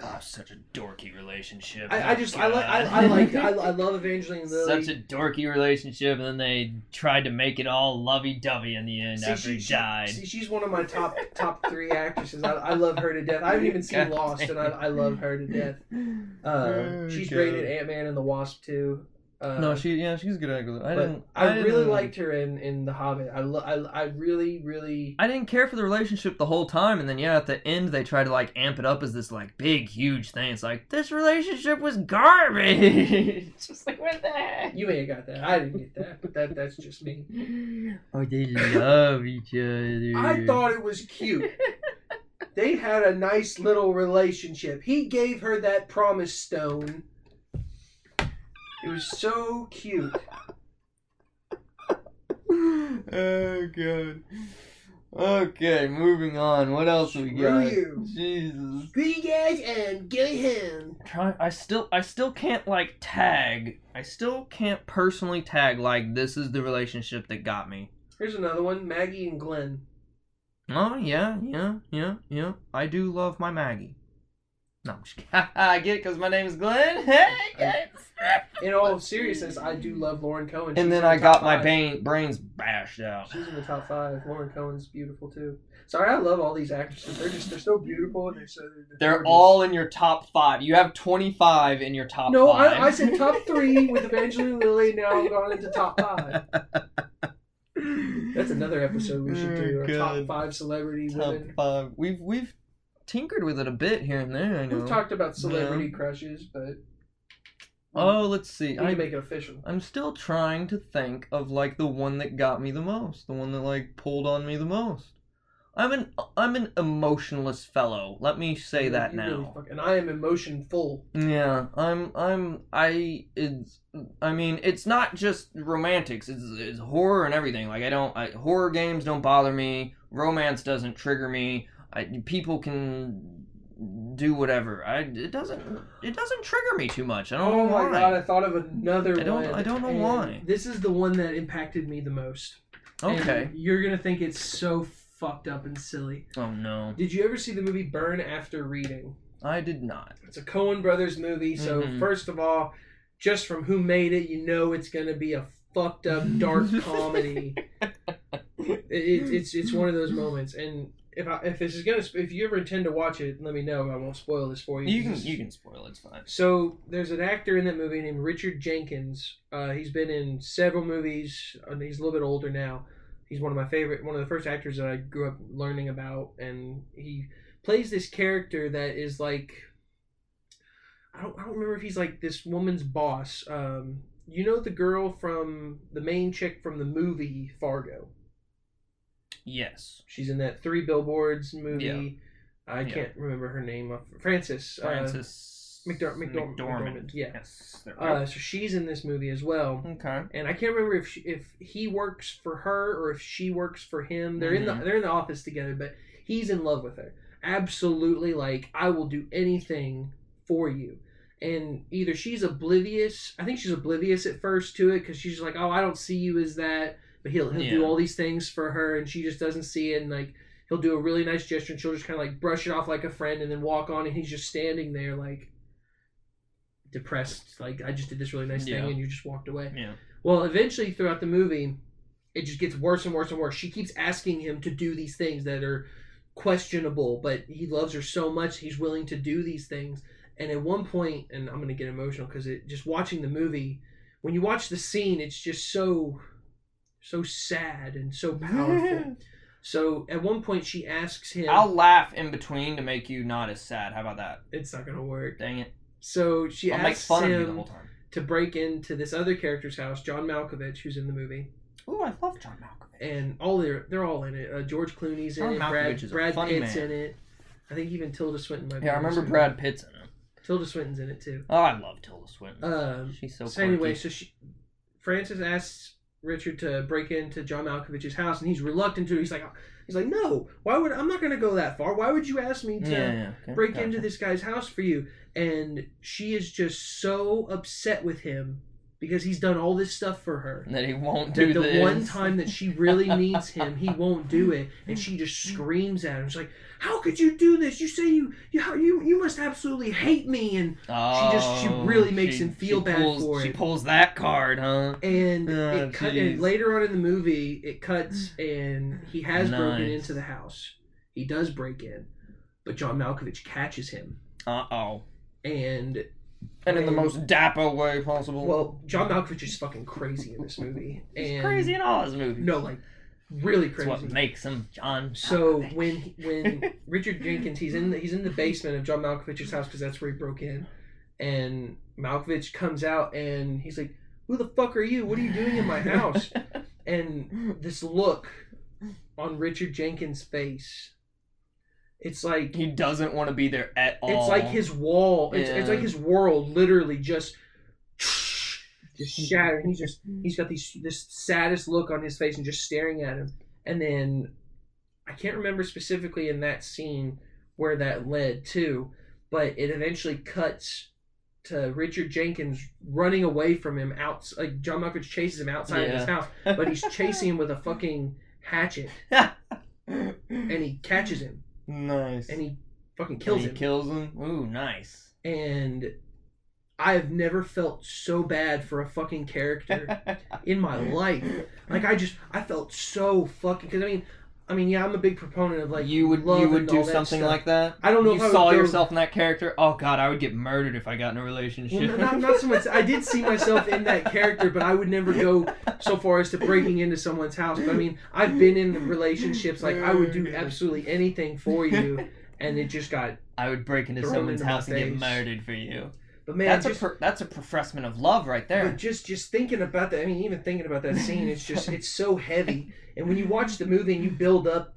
S2: Oh, such a dorky relationship.
S1: I, I just I like I, I like
S2: <laughs>
S1: I, I love Evangeline Lilly.
S2: Such a dorky relationship, and then they tried to make it all lovey dovey in the end
S1: See,
S2: after he died.
S1: see, she's one of my top top three actresses. I, I love her to death. I haven't even seen
S2: God
S1: Lost,
S2: damn.
S1: and I, I love her to death. Uh,
S3: Oh,
S1: she's
S3: God.
S1: great in Ant Man and the Wasp too. Uh,
S2: no, she yeah, she's a good actress. I
S1: but
S2: didn't.
S1: I, really
S2: didn't-
S1: liked her in, in The Hobbit. I, lo- I, I really, really.
S2: I didn't care for the relationship the whole time, and then yeah, at the end they try to like amp it up as this like big, huge thing. It's like this relationship was garbage. <laughs> just like what the
S1: <laughs>
S2: heck?
S1: You may have got that. I didn't get that, but that, that's just me.
S2: Oh, they love each other.
S1: I thought it was cute. they had a nice little relationship. He gave her that promise stone. It was so cute.
S2: <laughs>
S3: oh god.
S2: Okay, moving on. What else we
S1: Screw
S2: got?
S1: you.
S2: Jesus.
S1: Screw you guys and go him.
S2: Try. I still. I still can't like tag. I still can't personally tag like this is the relationship that got me.
S1: Here's another one Maggie and Glenn.
S2: Oh yeah, yeah, yeah, yeah. I <laughs> do love my Maggie. No, I'm just kidding. I get it because my name is Glenn. <laughs> Hey guys.
S1: in all seriousness, I do love Lauren Cohen. She's
S2: And then
S1: in the
S2: I got
S1: top
S2: my
S1: five.
S2: bane, brains bashed out.
S1: She's in the top five. Lauren Cohen's beautiful too. Sorry, I love all these actresses. They're just they're so beautiful. And they're so
S2: They're
S1: gorgeous.
S2: all in your top five. You have 25 in your top
S1: No,
S2: five.
S1: I, I said
S2: <laughs>
S1: top three with Evangeline Lilly. Now I'm going into top five. That's another episode we
S2: Oh,
S1: should do. Our
S2: Mm,
S1: top
S3: Good.
S1: five celebrity
S3: Top
S1: women.
S3: five.
S2: We've we've tinkered with it a bit here and there. I know.
S1: We've talked about celebrity crushes, but
S2: oh, let's see.
S1: we need
S2: I,
S1: to make it official.
S2: I'm still trying to think of like the one that got me the most, the one that like pulled on me the most. I'm an I'm an emotionless fellow. Let me say that
S1: You
S2: now.
S1: really fuck- and I am emotion full.
S2: Yeah, I'm I'm I it's I mean it's not just romantics, it's, it's horror and everything. Like I don't I, horror games don't bother me, romance doesn't trigger me. I, people can do whatever. I it doesn't it doesn't trigger me too much. I don't
S1: Oh
S2: know why.
S1: my god! I thought of another
S2: I don't-
S1: one.
S2: I don't know
S1: and
S2: why.
S1: This is the one that impacted me the most. And
S2: Okay.
S1: you're gonna think it's so fucked up and silly.
S2: Oh no.
S1: Did you ever see the movie Burn After Reading?
S2: I did not.
S1: It's a Coen Brothers movie, so
S2: Mhm.
S1: first of all, just from who made it, you know it's gonna be a fucked up
S2: <laughs>
S1: dark comedy. It, it, it's it's one of those moments, and if I, if this is gonna sp- if you ever intend to watch it, let me know. I won't spoil this for you.
S2: You can
S1: This is-
S2: you can spoil it, it's fine.
S1: so there's an actor in that movie named Richard Jenkins. Uh, he's been in several movies, and he's a little bit older now. He's one of my favorite, one of the first actors that I grew up learning about, and he plays this character that is like, I don't, I don't remember if he's like this woman's boss. Um, you know the girl from the main chick from the movie Fargo.
S2: Yes.
S1: She's in that Three Billboards movie.
S2: Yeah.
S1: I
S2: Yeah.
S1: can't remember her name. Francis. uh,
S2: Francis
S1: McDor- McDor- McDormand, yeah.
S2: Yes. There we
S1: Uh, so she's in this movie as well,
S2: go. Okay.
S1: and I can't remember if she, if he works for her or if she works for him. They're in the
S2: Mhm.
S1: they're in the office together, but he's in love with her. Absolutely, like I will do anything for you. And either she's oblivious. I think she's oblivious at first to it because she's like, oh, I don't see you as that. But he'll he'll do
S2: Yeah.
S1: all these things for her, and she just doesn't see it. And like he'll do a really nice gesture, and she'll just kind of like brush it off like a friend, and then walk on. And he's just standing there like depressed. Like I just did this really nice
S2: Yeah.
S1: thing, and you just walked away.
S2: Yeah.
S1: Well, eventually throughout the movie, it just gets worse and worse and worse. She keeps asking him to do these things that are questionable, but he loves her so much he's willing to do these things. And at one point, and I'm going to get emotional because it just watching the movie, when you watch the scene, it's just so so sad and
S2: <laughs>
S1: so <laughs> powerful. so at one point she asks him
S2: I'll laugh in between to make you not as sad. How about that?
S1: it's not going to work.
S2: Dang it.
S1: So she
S2: I'll make
S1: asks
S2: fun of you the
S1: him
S2: whole time.
S1: to break into this other character's house, John Malkovich, who's in the movie.
S2: Ooh, I love John Malkovich.
S1: and all their they're all in it. Uh, George Clooney's in
S2: John
S1: it.
S2: Malkovich is
S1: Brad, Brad
S2: a funny
S1: Pitt's
S2: man.
S1: in it. I think even Tilda Swinton might. be
S2: Yeah, I
S1: in this
S2: remember
S1: movie.
S2: Brad Pitt's in it.
S1: Tilda Swinton's in it too.
S2: Oh, I love Tilda Swinton.
S1: Um,
S2: She's so,
S1: so
S2: quirky.
S1: anyway, so she, Francis asks Richard to break into John Malkovich's house, and he's reluctant to. He's like, he's like, no, why would I'm not going to go that far. Why would you ask me
S2: yeah,
S1: to?
S2: yeah, okay,
S1: break
S2: gotcha.
S1: into this guy's house for you and she is just so upset with him because he's done all this stuff for her
S2: that he won't do
S1: that the
S2: this.
S1: one time that she really needs him, he won't do it, and she just screams at him. She's like, "How could you do this? You say you you how- you you must absolutely hate me." And
S2: oh,
S1: just- she really makes
S2: she-
S1: him feel
S2: she
S1: bad
S2: pulls,
S1: for
S2: She
S1: it.
S2: pulls that card, huh?
S1: and
S2: Oh,
S1: it cut, and
S2: jeez.
S1: later on in the movie, it cuts, and he has broken
S2: Nice.
S1: into the house. He does break in, but John Malkovich catches him,
S2: Uh oh.
S1: and
S2: And in the
S1: And-
S2: most dapper way possible.
S1: well, John Malkovich is fucking crazy in this movie.
S2: he's
S1: and,
S2: crazy in all his movies.
S1: No, like really
S2: That's
S1: crazy.
S2: what makes him John.
S1: So
S2: Malkovich.
S1: when when Richard Jenkins he's in the, he's in the basement of John Malkovich's house because that's where he broke in, and Malkovich comes out and he's like, "Who the fuck are you? What are you doing in my house?" And this look on Richard Jenkins' face, it's like
S2: he doesn't want to be there at all.
S1: it's like
S2: <laughs>
S1: his wall. It's, it's
S2: Yeah.
S1: like his world literally just just shattered. He's just he's got these this saddest look on his face and just staring at him. And then I can't remember specifically in that scene where that led to, but it eventually cuts to Richard Jenkins running away from him out like John Malkovich chases him outside of his house, but he's chasing him with a fucking hatchet and he catches him
S3: Nice.
S1: and he fucking kills
S2: he
S1: him.
S2: kills him. Ooh, nice.
S1: and I have never felt so bad for a fucking character
S2: <laughs>
S1: in my life. Like I just I felt so fucking because I mean I mean yeah I'm a big proponent of like
S2: you would
S1: love
S2: you would
S1: and
S2: do
S1: all that
S2: something
S1: stuff.
S2: like that.
S1: I don't know
S2: you
S1: if I would
S2: saw
S1: go- <laughs>
S2: yourself in that character. Oh god, I would get murdered if I got in a
S1: Well,
S2: relationship.
S1: no, not, not so much. I did see myself in that character, but I would never go so far as to breaking into someone's house. But I mean, I've been in relationships like I would do absolutely anything for you, and it just got.
S2: <laughs> I would break into
S1: Throw him
S2: someone's
S1: into my
S2: house and get
S1: face.
S2: murdered for you.
S1: But man,
S2: that's
S1: just,
S2: a per, that's a professment of love right
S1: but
S2: there.
S1: just just thinking about that. I mean, even thinking about that scene, it's just it's so heavy. And when you watch the movie and you build up,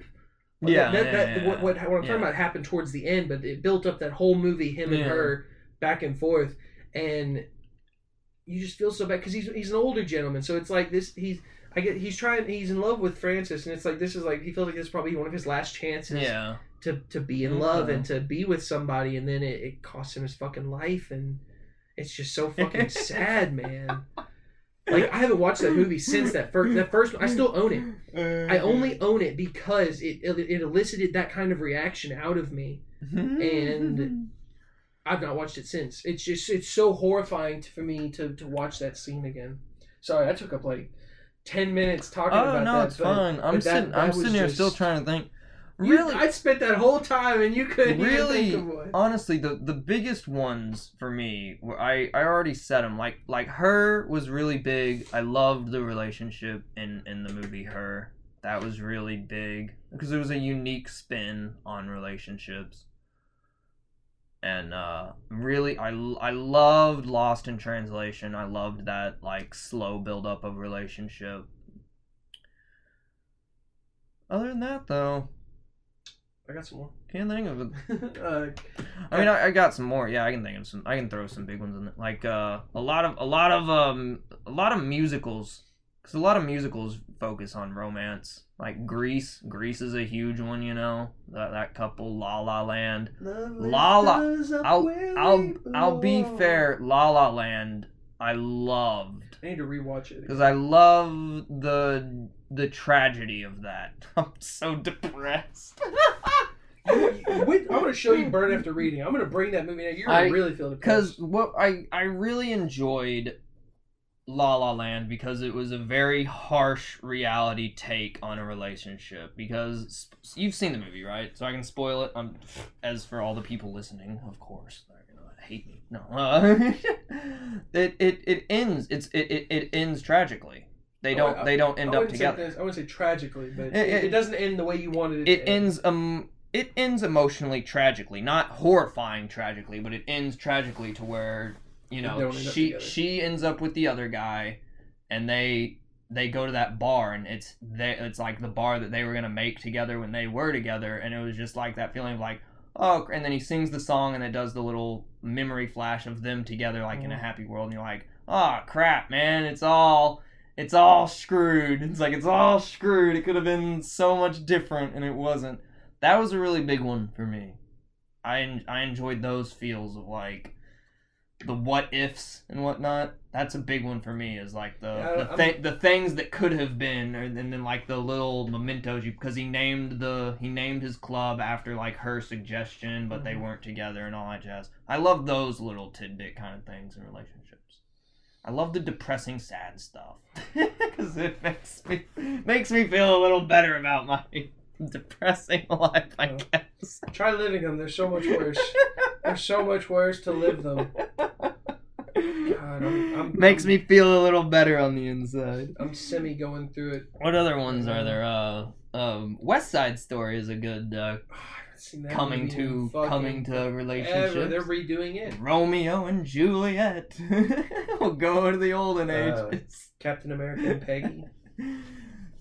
S2: Yeah,
S1: that, that,
S2: yeah, yeah,
S1: What, what, what I'm
S2: yeah.
S1: talking about happened towards the end, but it built up that whole movie, him
S2: Yeah.
S1: and her, back and forth, and you just feel so bad because he's he's an older gentleman, so it's like this he's. I get he's trying he's in love with Francis and it's like this is like he feels like this is probably one of his last chances
S2: Yeah.
S1: to, to be in love
S2: Mhm.
S1: and to be with somebody and then it, it costs him his fucking life and it's just so fucking sad man like i haven't watched that movie since that first that first i still own it i
S2: <laughs>
S1: only own it because it it elicited that kind of reaction out of me And- i've not watched it since it's just it's so horrifying to, for me to to watch that scene again sorry i took up like 10 minutes talking
S2: oh
S1: about
S2: no,
S1: that
S2: it's
S1: but
S2: fine. I'm
S1: but that-
S2: sitting I'm
S1: that was
S2: sitting here still
S1: just-
S2: trying to think.
S1: you-
S2: Really,
S1: i spent that whole time and you couldn't really
S2: Really? Oh.
S1: think of one.
S2: honestly the the biggest ones for me were i i already said them like like her was really big i loved the relationship in in the movie her that was really big because it was a unique spin on relationships and uh really i l- i loved lost in translation i loved that like slow build up of relationship other than that though
S1: i got some more <laughs>
S2: can't think of it
S1: uh,
S2: I mean, I, I got some more. Yeah, I can think of some. I can throw some big ones in there. Like uh, a lot of a lot of um a lot of musicals, because a lot of musicals focus on romance. Like Grease, Grease is a huge one. You know that that couple, La La Land. La La- I'll I'll I'll be fair. La La Land, I loved
S1: I need to rewatch it.
S2: because I love the the tragedy of that. <laughs> I'm so depressed. <laughs>
S1: Wait, I'm gonna show you Burn After Reading. I'm gonna bring that movie. Now. You're gonna
S2: I-
S1: really feel the
S2: because what I I really enjoyed La La Land because it was a very harsh reality take on a relationship. Because s- you've seen the movie, right? So I can spoil it. Um, as for all the people listening, of course, they're gonna hate me. No, <laughs> uh, it it it ends. It's it it, it ends tragically. They
S1: Oh,
S2: don't
S1: I-
S2: they don't end
S1: I
S2: up
S1: wouldn't say
S2: together.
S1: this- I wouldn't say tragically, but it,
S2: It- it-
S1: it doesn't end the way you wanted it.
S2: It
S1: to end.
S2: ends um it ends emotionally tragically, not horrifying tragically, but it ends tragically to where you
S1: They
S2: know
S1: don't end up
S2: she
S1: together.
S2: she ends up with the other guy, and they they go to that bar and it's they it's like the bar that they were gonna make together when they were together, and it was just like that feeling of like oh, and then he sings the song and it does the little memory flash of them together like in a happy world, and you're like oh crap man, it's all it's all screwed. <laughs> It's like it's all screwed. It could have been so much different, and it wasn't. That was a really big one for me. I en- I enjoyed those feels of like the what ifs and whatnot. That's a big one for me. Is like the
S1: Yeah,
S2: the,
S1: I'm-
S2: thi- the things that could have been, or, and then like the little mementos. You because he named the he named his club after like her suggestion, but they
S1: Mhm.
S2: weren't together and all that jazz. I love those little tidbit kind of things in relationships. I love the depressing, sad stuff <laughs> because it makes me makes me feel a little better about my <laughs> depressing <laughs> life. I
S1: Oh.
S2: guess.
S1: Try living them. They're so much
S2: <laughs>
S1: worse. They're so much worse to live them. I'm- I'm-
S2: makes me feel a little better on the inside.
S1: I'm semi going through it.
S2: What other ones are there? Uh, um, West Side Story is a good uh,
S1: Oh, I haven't seen that
S2: coming
S1: movie in
S2: to
S1: fucking
S2: coming to
S1: Ever. They're
S2: relationships.
S1: redoing it.
S2: Romeo and Juliet. <laughs> we'll go to the olden
S1: Uh,
S2: ages.
S1: Captain America and Peggy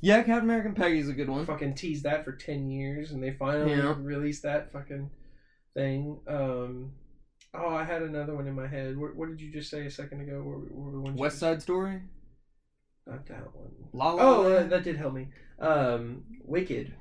S2: Yeah, Captain American Peggy's a good one.
S1: fucking teased that for ten years, and they finally
S2: Yeah.
S1: released that fucking thing. Um, oh, I had another one in my head. What, what did you just say a second ago? What, were- what were the ones? you-
S2: West Side Story.
S1: Not that one.
S2: La La
S1: Oh, uh,
S2: Land.
S1: that did help me. Um, Wicked.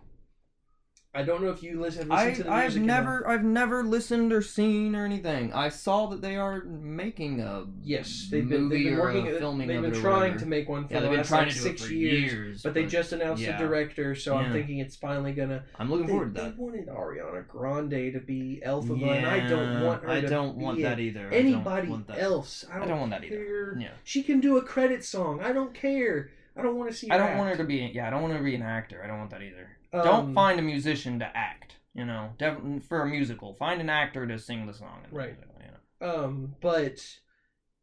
S1: I don't know if you listen, have listened
S2: I,
S1: to the
S2: I've
S1: music. or not.
S2: never I've never listened or seen or anything. I saw that they are making a
S1: Yes, they've been,
S2: movie
S1: they've been
S2: or
S1: working. uh,
S2: a filming
S1: they've
S2: of
S1: been
S2: it or
S1: trying
S2: whatever.
S1: to make one for
S2: yeah,
S1: the
S2: they've been
S1: last
S2: trying
S1: like,
S2: to do
S1: six
S2: it for
S1: years,
S2: years,
S1: but they just announced
S2: yeah.
S1: a director. So I'm
S2: Yeah.
S1: thinking it's finally gonna.
S2: I'm looking
S1: They,
S2: forward to
S1: they
S2: that.
S1: wanted Ariana Grande to be Elphaba, and I don't
S2: Yeah,
S1: want her
S2: I
S1: to
S2: don't
S1: be
S2: want
S1: in
S2: that either. I don't
S1: anybody
S2: want that.
S1: else. I
S2: I
S1: don't,
S2: don't want that either.
S1: care.
S2: Yeah.
S1: She can do a credit song. I don't care. I don't want to see.
S2: I don't
S1: her
S2: want her
S1: act.
S2: to be. Yeah, I don't want her to be an actor. I don't want that either.
S1: Um,
S2: don't find a musician to act. You know, def- for a musical, find an actor to sing the song. in the
S1: Right.
S2: musical, you
S1: Um, but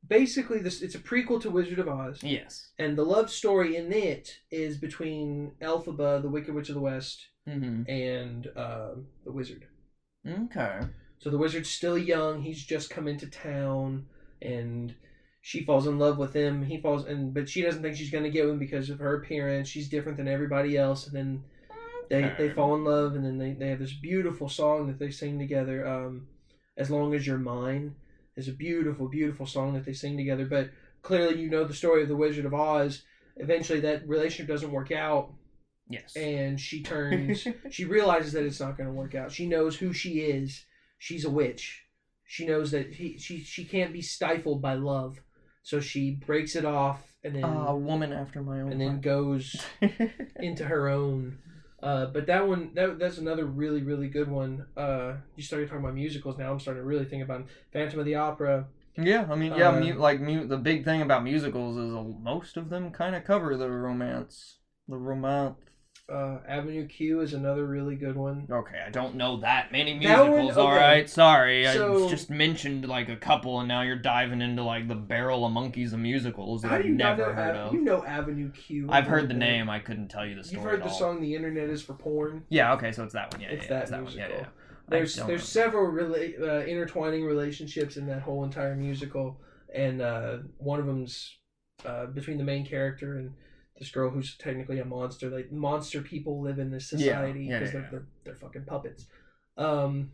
S1: basically, this it's a prequel to Wizard of Oz,
S2: know? Yes.
S1: and the love story in it is between Elphaba, the Wicked Witch of the West,
S2: hmm
S1: and um the Wizard.
S2: Okay.
S1: So the wizard's still young. He's just come into town, and she falls in love with him. He falls, and but she doesn't think she's gonna get him because of her appearance. She's different than everybody else, and then they they
S2: Okay.
S1: fall in love, and then they, they have this beautiful song that they sing together. Um, as long as you're mine is a beautiful, beautiful song that they sing together. But clearly, you know the story of the Wizard of Oz. Eventually, that relationship doesn't work out,
S2: Yes.
S1: and she turns she realizes that it's not going to work out. She knows who she is. She's a witch. She knows that he, she she can't be stifled by love, so she breaks it off and then
S2: Ah, a woman after Oh, my own.
S1: and then goes
S2: heart.
S1: into her own. Uh, but that one that that's another really really good one. Uh, you started talking about musicals. Now I'm starting to really think about 'em. Phantom of the Opera.
S2: <laughs> Yeah, I mean, yeah,
S1: Uh,
S2: mu- like mu- the big thing about musicals is uh, most of them kind of cover the romance, the romance.
S1: Uh, Avenue Q is another really good one.
S2: Okay, I don't know that many
S1: That one-
S2: musicals.
S1: okay.
S2: All right, sorry,
S1: So-
S2: I just mentioned like a couple, and now you're diving into like the barrel of monkeys of musicals that
S1: How
S2: I've
S1: do you not
S2: never
S1: know
S2: heard
S1: Ave-
S2: of.
S1: You know Avenue Q.
S2: I've heard the
S1: Okay.
S2: name, I couldn't tell you the story.
S1: You've heard
S2: at
S1: the
S2: all.
S1: song "The Internet Is for Porn."
S2: Yeah, okay, so it's that one. Yeah,
S1: It's
S2: yeah,
S1: that
S2: it's that one. Yeah, yeah,
S1: musical.
S2: yeah. I
S1: there's
S2: don't
S1: there's several rela- uh, intertwining relationships in that whole entire musical, and uh, one of them's uh, between the main character and this girl who's technically a monster. Like monster people live in this
S2: Yeah,
S1: society
S2: yeah,
S1: because
S2: yeah,
S1: they're,
S2: yeah.
S1: they're they're fucking puppets. Um,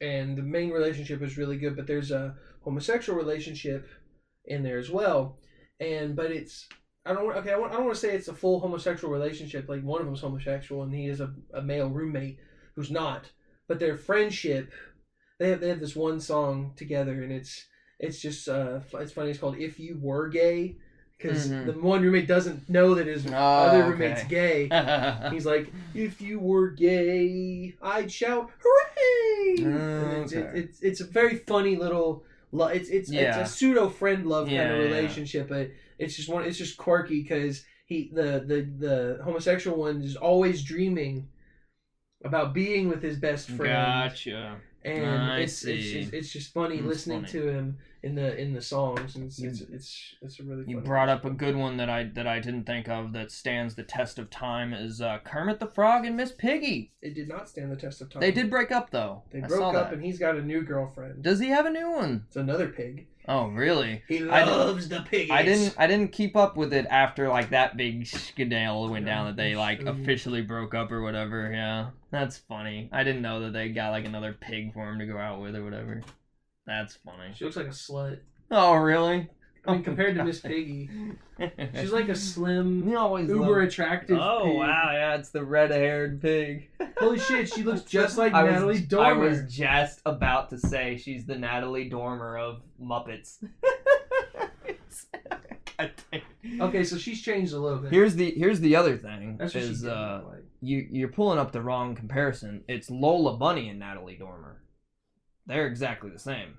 S1: and the main relationship is really good, but there's a homosexual relationship in there as well, and but it's. I don't, okay, I, want, I don't want to say it's a full homosexual relationship. Like, one of them's homosexual, and he is a, a male roommate who's not but their friendship they have, they have this one song together and it's it's just uh fu- it's funny it's called if you were gay because
S2: Mhm.
S1: the one roommate doesn't know that his
S2: Oh,
S1: other
S2: okay.
S1: roommate's
S2: <laughs>
S1: gay
S2: know.
S1: he's like if you were gay i'd shout hooray
S2: Oh,
S1: And it's,
S2: okay.
S1: it's it's a very funny little lo- it's it's
S2: Yeah.
S1: it's a pseudo friend love kind
S2: Yeah,
S1: of
S2: yeah, yeah.
S1: relationship but it's just one it's just quirky because he the the the homosexual one is always dreaming about being with his best friend
S2: gotcha.
S1: and
S2: I
S1: it's, it's
S2: see.
S1: just it's just funny
S2: That's
S1: listening
S2: funny.
S1: to him in the in the songs, and it's
S2: You-
S1: it's it's, it's a really
S2: You
S1: funny
S2: brought up a good one that I that I didn't think of that stands the test of time is uh, Kermit the Frog and Miss Piggy.
S1: It did not stand the test of time.
S2: They did break up though.
S1: Oh. They
S2: I
S1: broke
S2: saw
S1: up,
S2: that.
S1: and he's got a new girlfriend.
S2: Does he have a new one?
S1: It's another pig.
S2: Oh really?
S1: He
S2: I didn't-
S1: loves the piggies.
S2: I didn't I didn't keep up with it after like that big scandal went
S1: Yeah,
S2: down that they
S1: that's
S2: like
S1: true.
S2: officially broke up or whatever. Yeah, that's funny. I didn't know that they got like another pig for him to go out with or whatever. That's funny.
S1: She looks like a slut.
S2: Oh really?
S1: I mean,
S2: Oh,
S1: compared to
S2: God.
S1: Miss Piggy,
S2: <laughs>
S1: she's like a slim,
S2: You always
S1: uber
S2: love-
S1: attractive.
S2: Oh
S1: pig.
S2: wow, yeah, it's the red-haired pig.
S1: Holy shit, she
S2: <laughs>
S1: looks just like
S2: I was-
S1: Natalie
S2: I
S1: Dormer.
S2: was just about to say she's the Natalie Dormer of
S1: <laughs>
S2: Muppets. <laughs> God damn.
S1: Okay, so she's changed a little bit.
S2: Here's the here's the other thing
S1: That's what she
S2: is
S1: did
S2: uh,
S1: look like.
S2: you you're pulling up the wrong comparison. It's Lola Bunny and Natalie Dormer. They're exactly the same.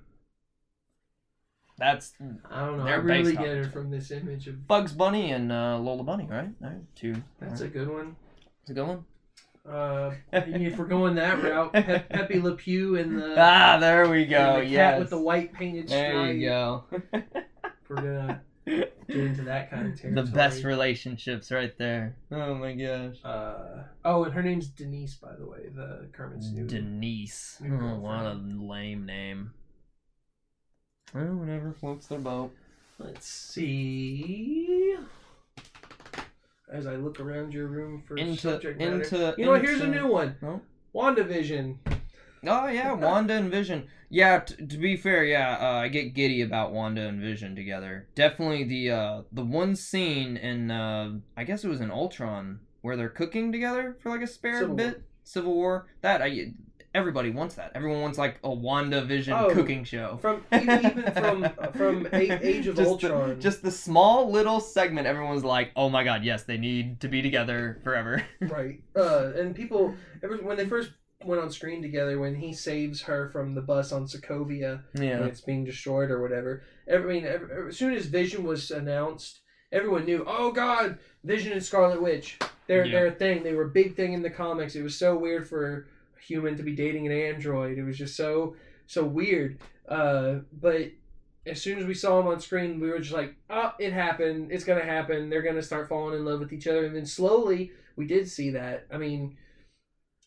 S2: That's
S1: I don't know. I
S2: they're
S1: really
S2: based on
S1: get
S2: it.
S1: her from this image of.
S2: Bugs Bunny and uh, Lola Bunny, right? There, two.
S1: That's a good
S2: <laughs>
S1: one.
S2: It's a good one.
S1: Uh, if we're going that route, Pe- Pepe Le Pew and the,
S2: Ah, there we
S1: Uh, and
S2: go.
S1: the
S2: Yeah,
S1: cat with the white painted
S2: there
S1: stripe.
S2: you go.
S1: If We're gonna <laughs> get into that kind of
S2: the
S1: territory.
S2: best relationships right there. Oh my gosh.
S1: Uh, oh, and her name's Denise, by the way. The Kermit's new.
S2: Denise.
S1: New
S2: Oh, what a
S1: girlfriend.
S2: lame name. Well, whatever floats their boat.
S1: Let's see. As I look around your room for
S2: Into
S1: subject matter.
S2: into
S1: you know what? Here's a
S2: into- oh.
S1: new one.
S2: Huh?
S1: WandaVision.
S2: Oh yeah, Wanda and Vision. Yeah, t- to be fair, yeah, uh, I get giddy about Wanda and Vision together. Definitely the uh, the one scene in uh, I guess it was in Ultron where they're cooking together for like a spare
S1: Civil War.
S2: bit. Civil War. That I everybody wants that. Everyone wants like a WandaVision
S1: Oh.
S2: cooking show. <laughs>
S1: From even, even from from A- Age of
S2: just
S1: Ultron.
S2: The, just the small little segment, everyone's like, "Oh my god, yes, they need to be together forever."
S1: Right. Uh, and people, every, when they first went on screen together, when he saves her from the bus on Sokovia and
S2: <laughs> yeah,
S1: it's being destroyed or whatever, every, I mean, ev ev- as soon as Vision was announced, everyone knew, oh God, Vision and Scarlet Witch. They're,
S2: Yeah.
S1: they're a thing. They were a big thing in the comics. It was so weird for a human to be dating an android. It was just so, so weird. Uh, but as soon as we saw him on screen, we were just like, oh, it happened. It's going to happen. They're going to start falling in love with each other. And then slowly, we did see that. I mean,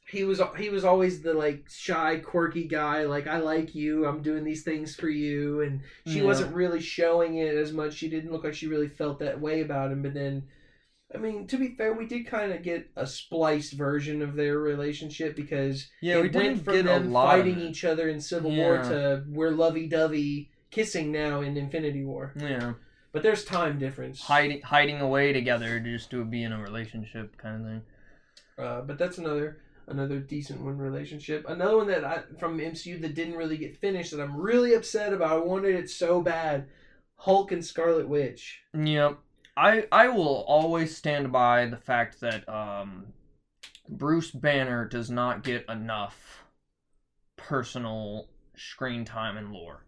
S1: he was he was always the like shy, quirky guy. Like I like you. I'm doing these things for you. And she
S2: Yeah.
S1: wasn't really showing it as much. She didn't look like she really felt that way about him. But then, I mean, to be fair, we did kind of get a spliced version of their relationship because
S2: yeah.
S1: it
S2: We
S1: went
S2: didn't
S1: from
S2: get a
S1: them
S2: lot
S1: fighting
S2: of it.
S1: each other in Civil War
S2: Yeah.
S1: to we're lovey dovey kissing now in Infinity War.
S2: Yeah,
S1: But there's time difference.
S2: hiding hiding away together just to be in a relationship kind of thing.
S1: Uh, but that's another another decent one relationship. Another one that I from MCU that didn't really get finished that I'm really upset about. I wanted it so bad. Hulk and Scarlet Witch.
S2: Yep. I I will always stand by the fact that um Bruce Banner does not get enough personal screen time and lore.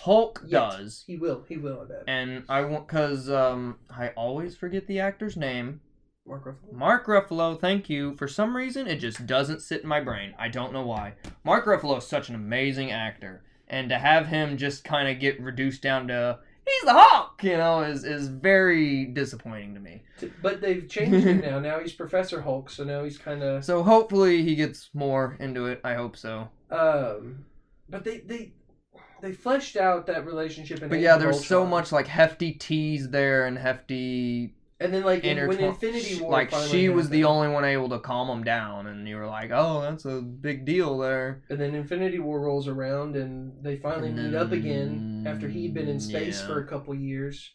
S2: Hulk
S1: Yet.
S2: does.
S1: He will. He will. I bet.
S2: And I want cuz um I always forget the actor's name.
S1: Mark Ruffalo.
S2: Mark Ruffalo, thank you. For some reason, it just doesn't sit in my brain. I don't know why. Mark Ruffalo is such an amazing actor, and to have him just kind of get reduced down to he's the Hulk, you know, is is very disappointing to me.
S1: T- But they've changed
S2: <laughs>
S1: him now. Now he's Professor Hulk. So now he's kind of.
S2: So hopefully he gets more into it. I hope so.
S1: Um, but they they they fleshed out that relationship. In
S2: But
S1: Age
S2: yeah,
S1: of
S2: there's so
S1: Ultron.
S2: much like hefty tease there and hefty
S1: And then like in, when
S2: intertwined.
S1: Infinity War
S2: like
S1: finally
S2: she was the
S1: happened-
S2: only one able to calm him down, and you were like, oh, that's a big deal there.
S1: And then Infinity War rolls around and they finally meet up again after he'd been in space
S2: Mm, Yeah.
S1: for a couple years.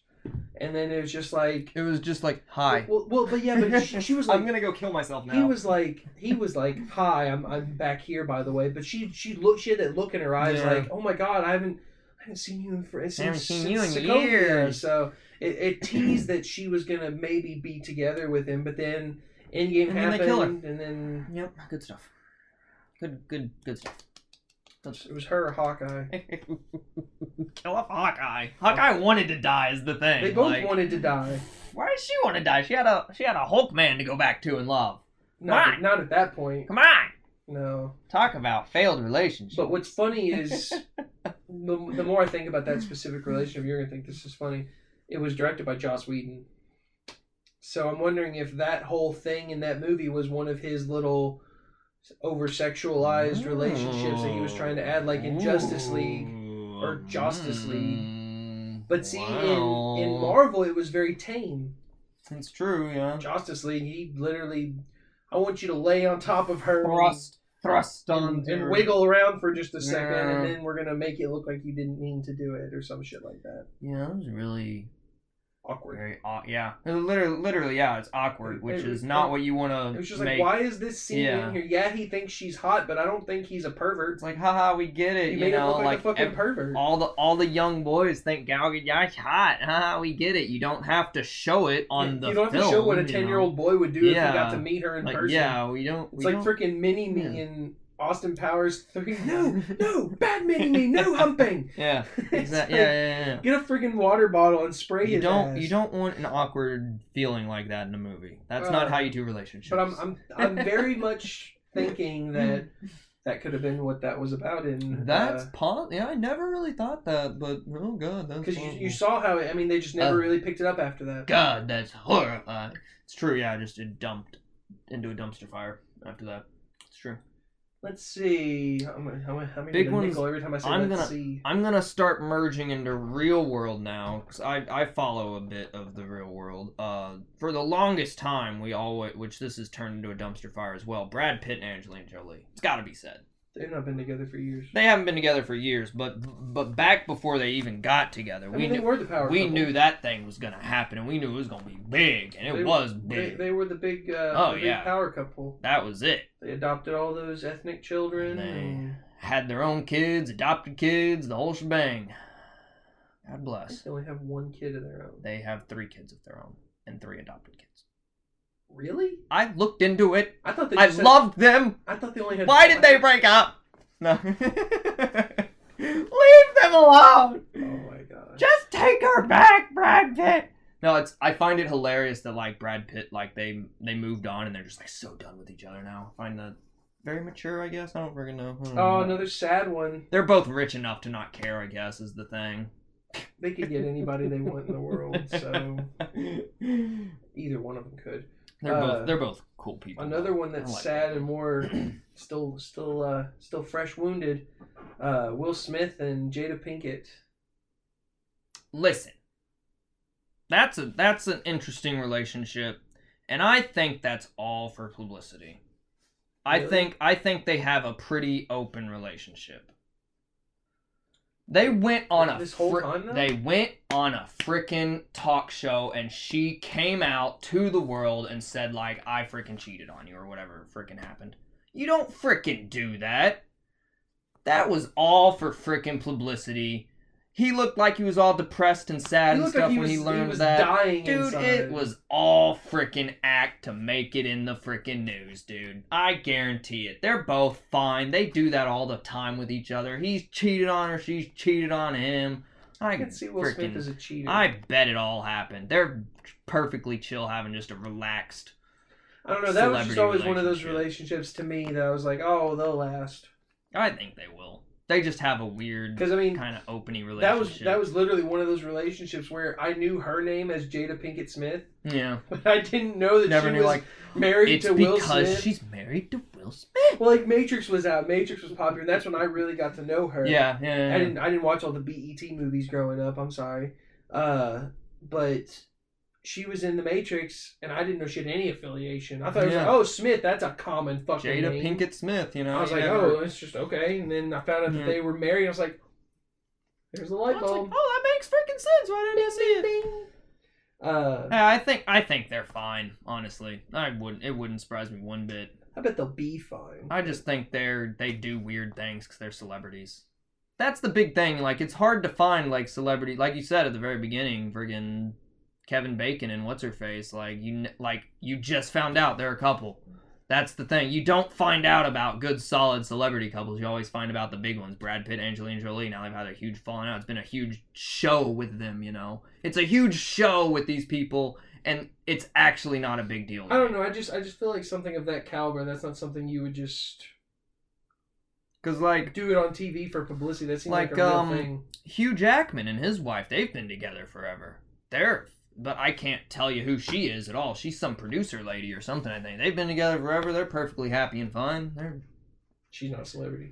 S1: And then it was just like
S2: It was just like, hi.
S1: Well, well but yeah, but she,
S2: <laughs>
S1: she was like
S3: gonna go kill myself
S1: he was like he was like, "Hi, I'm I'm back here by the way." But she she looked she had that look in her eyes
S2: Yeah.
S1: like, "Oh my god, I haven't I haven't seen you in for since,
S2: Haven't seen you
S1: since
S2: in
S1: Sokovia."
S2: years.
S1: So it, it teased that she was going to maybe be together with him, but then Endgame
S2: And then
S1: happened
S2: they kill her.
S1: and then
S2: Yep, good stuff. Good, good, good stuff.
S1: it was her or Hawkeye.
S2: <laughs> Kill off Hawkeye. Hawkeye wanted to die is the thing.
S1: They both
S2: like,
S1: wanted to die.
S2: Why does she want to die? She had a she had a Hulk man to go back to and love.
S1: Not,
S2: Why?
S1: not at that point.
S2: Come on,
S1: No.
S2: talk about failed relationship.
S1: But what's funny is the, the more I think about that specific relationship, you're gonna think this is funny. It was directed by Joss Whedon. So I'm wondering if that whole thing in that movie was one of his little over sexualized relationships that he was trying to add, like in Justice League. or
S2: Hmm.
S1: Justice League.
S2: League.
S1: But see, in, in Marvel, it was very tame.
S2: it's true, yeah.
S1: Justice League, he literally, I want you to lay on top of her. and-
S2: Thrust, thrust on
S1: and, and wiggle around for just a second, and
S2: Yeah.
S1: then we're gonna make it look like you didn't mean to do it or some shit like that.
S2: Yeah, that was really
S1: Awkward.
S2: Very aw- yeah. Literally, literally, yeah. It's awkward, which
S1: It-
S2: is
S1: it-
S2: not what you want to.
S1: It was just
S2: make.
S1: like, why is this scene
S2: Yeah.
S1: in here? Yeah, he thinks she's hot, but I don't think he's a pervert.
S2: It's like, haha, we get
S1: You
S2: it. You,
S1: made him
S2: know,
S1: look like, a
S2: like,
S1: fucking
S2: ev-
S1: pervert.
S2: all the all the young boys think Gal Gadot's hot. Haha, we get it. You don't have to show it on the.
S1: you don't have
S2: film,
S1: to show what a
S2: you know.
S1: ten-year-old boy would do if he got
S2: Yeah.
S1: to meet her in
S2: Like,
S1: person.
S2: yeah, we don't.
S1: it's
S2: We
S1: like
S2: don't-
S1: freaking mini me
S2: Yeah.
S1: in Austin Powers
S2: <laughs>
S1: three. No, <laughs> no, bad mini me, no humping.
S2: yeah,
S1: It's
S2: exactly.
S1: like,
S2: yeah, yeah, yeah, yeah.
S1: Get a freaking water bottle and spray
S2: You
S1: his
S2: don't.
S1: ass.
S2: You don't want an awkward feeling like that in a movie. That's
S1: Uh,
S2: not how you do relationships.
S1: But I'm I'm I'm very much thinking that that could have been what that was about. In uh,
S2: That's pos. Yeah, I never really thought that, but oh god, that's
S1: because you,
S2: awful.
S1: you saw how it, I mean they just never
S2: Uh,
S1: really picked it up after that.
S2: God, that's horrifying. It's true, yeah, I just it dumped into a dumpster fire after that. It's true.
S1: Let's see. I'm gonna, I'm gonna, I'm gonna
S2: Big
S1: get a
S2: ones-
S1: nickel every time I say
S2: I'm
S1: let's
S2: gonna-
S1: see.
S2: I'm gonna start merging into real world now because I, I follow a bit of the real world. Uh, for the longest time, we always, which this has turned into a dumpster fire as well. Brad Pitt and Angelina Jolie. It's got to be said.
S1: They've not been together for years.
S2: They haven't been together for years, but but back before they even got together,
S1: I
S2: we
S1: mean, they
S2: knew
S1: were the power.
S2: we
S1: couple.
S2: knew that thing was gonna happen, and we knew it was gonna be big, and it
S1: They-
S2: was
S1: They,
S2: big.
S1: they were the big, uh,
S2: Oh,
S1: the big
S2: yeah.
S1: power couple.
S2: that was it.
S1: They adopted all those ethnic children.
S2: They-
S1: and-
S2: Had their own kids, adopted kids, the whole shebang. God
S1: I think
S2: bless.
S1: they only have one kid of their own.
S2: They have three kids of their own and three adopted kids.
S1: Really?
S2: I looked into it.
S1: I thought they.
S2: I
S1: just had-
S2: loved them.
S1: I thought they only had.
S2: Why did they break up? No. <laughs> Leave them alone.
S1: Oh my god.
S2: Just take her back, Brad Pitt. No, it's I find it hilarious that like Brad Pitt, like they they moved on and they're just like so done with each other now. I find that very mature, I guess. I don't freaking know. I don't know.
S1: Oh, another sad one.
S2: They're both rich enough to not care, I guess, is the thing.
S1: They could get anybody they want in the world,
S2: <laughs>
S1: so either one of them could.
S2: They're
S1: Uh,
S2: both they're both cool people.
S1: Another one
S2: I
S1: that's
S2: like
S1: sad
S2: that.
S1: and more still, still, uh, still fresh wounded. Uh, Will Smith and Jada Pinkett.
S2: Listen. That's a that's an interesting relationship, and I think that's all for publicity. I
S1: Really?
S2: think I think they have a pretty open relationship. They went on a
S1: This whole time, though?
S2: they went on a freaking talk show and she came out to the world and said like I freaking cheated on you or whatever freaking happened. You don't freaking do that. That was all for freaking publicity. He looked like he was all depressed and sad and
S1: looked
S2: stuff
S1: like
S2: when he
S1: was-
S2: learned
S1: was
S2: that.
S1: dying
S2: Dude,
S1: inside.
S2: it was all freaking act to make it in the freaking news, dude. I guarantee it. They're both fine. They do that all the time with each other. He's cheated on her, she's cheated on him. I
S1: I can see Will Smith as a cheater.
S2: I bet it all happened. They're perfectly chill having just a relaxed.
S1: I don't know. That was just
S2: celebrity
S1: always one of those relationships to me that I was like, oh, they'll last.
S2: I think they will. They just have a weird
S1: Because I mean,
S2: kind of opening
S1: that was
S2: relationship.
S1: that was literally one of those relationships where I knew her name as Jada Pinkett Smith, <laughs>
S2: yeah.
S1: but I didn't know that
S2: Never
S1: she
S2: knew
S1: was
S2: like
S1: married
S2: it's
S1: to Will
S2: because
S1: Smith.
S2: she's married to Will Smith.
S1: Well, like Matrix was out, Matrix was popular, and that's when I really got to know her.
S2: Yeah, yeah. yeah.
S1: I didn't I didn't watch all the BET movies growing up. I'm sorry, uh, but she was in the Matrix, and I didn't know she had any affiliation. I thought it was
S2: Yeah.
S1: like, oh Smith, that's a common fucking
S2: Jada
S1: name.
S2: Pinkett Smith, you know.
S1: I was
S2: you
S1: like,
S2: never-
S1: oh, it's just okay. And then I found out that
S2: Yeah.
S1: they were married. I was like, there's the light
S2: I was like,
S1: bulb.
S2: oh, that makes freaking sense. Why didn't I see it?
S1: Uh,
S2: Yeah, I think I think they're fine. Honestly, I wouldn't. It wouldn't surprise me one bit.
S1: I bet they'll be fine.
S2: I just think they're they do weird things because they're celebrities. That's the big thing. Like it's hard to find like celebrity, like you said at the very beginning, friggin' Kevin Bacon and what's her face. Like you kn- like you just found out they're a couple. That's the thing. You don't find out about good, solid celebrity couples. You always find about the big ones: Brad Pitt, Angelina Jolie. Now they've had a huge falling out. It's been a huge show with them. You know, it's a huge show with these people, and it's actually not a big deal.
S1: I don't know. I just I just feel like something of that caliber. That's not something you would just
S2: because like
S1: do it on TV for publicity. That seems like,
S2: Like,
S1: a real
S2: um,
S1: thing.
S2: Hugh Jackman and his wife, they've been together forever. They're but I can't tell you who she is at all. She's some producer lady or something, I think. They've been together forever. They're perfectly happy and fine. They're
S1: She's not a celebrity.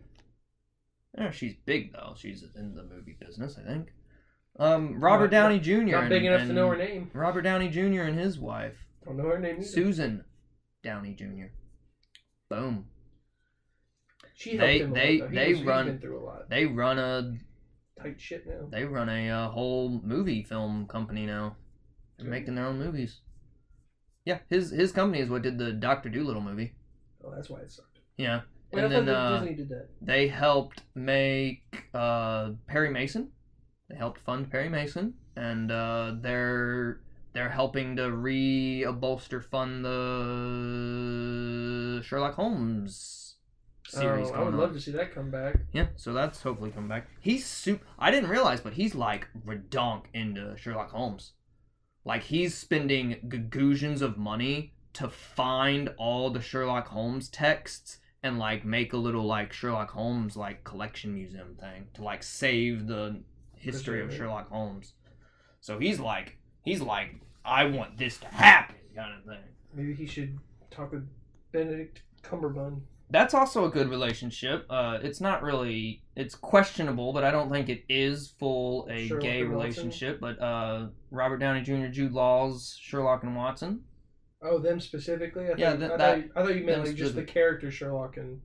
S2: yeah, she's big though. She's in the movie business, I think. Um Robert
S1: Not-
S2: Downey Jr.
S1: Not
S2: and-
S1: big enough to
S2: and
S1: know her name.
S2: Robert Downey Jr. and his wife,
S1: Don't know her name either.
S2: Susan Downey Jr. Boom.
S1: she helped
S2: they-
S1: him a
S2: they-
S1: lot, though. He
S2: they
S1: was- he's
S2: run-
S1: been through a lot.
S2: They run a
S1: Tight shit now.
S2: they run a uh, whole movie film company now. They're
S1: Really?
S2: making their own movies. Yeah, his his company is what did the Doctor Doolittle movie.
S1: Oh, that's why it sucked.
S2: Yeah,
S1: Wait, I
S2: and
S1: thought
S2: then
S1: that
S2: uh,
S1: Disney did that.
S2: they helped make uh, Perry Mason. They helped fund Perry Mason, and uh, they're they're helping to re bolster fund the Sherlock Holmes series.
S1: Oh, I
S2: going
S1: would
S2: on.
S1: love to see that come back.
S2: Yeah, so that's hopefully coming back. He's super. I didn't realize, but he's like redonk into Sherlock Holmes. Like he's spending gagoosions of money to find all the Sherlock Holmes texts and like make a little like Sherlock Holmes like collection museum thing to like save the history of
S1: Preserve it.
S2: Sherlock Holmes. So he's like he's like I want this to happen kind of thing.
S1: Maybe he should talk with Benedict Cumberbund.
S2: That's also a good relationship. Uh, it's not really. It's questionable, but I don't think it is full a
S1: Sherlock
S2: gay
S1: and Watson?
S2: relationship. But uh, Robert Downey Jr., Jude Law's Sherlock and Watson.
S1: Oh, them specifically? I
S2: Yeah,
S1: thought,
S2: that-
S1: I, thought
S2: that-
S1: you, I thought you meant
S2: them
S1: like just the
S2: specific-
S1: character Sherlock and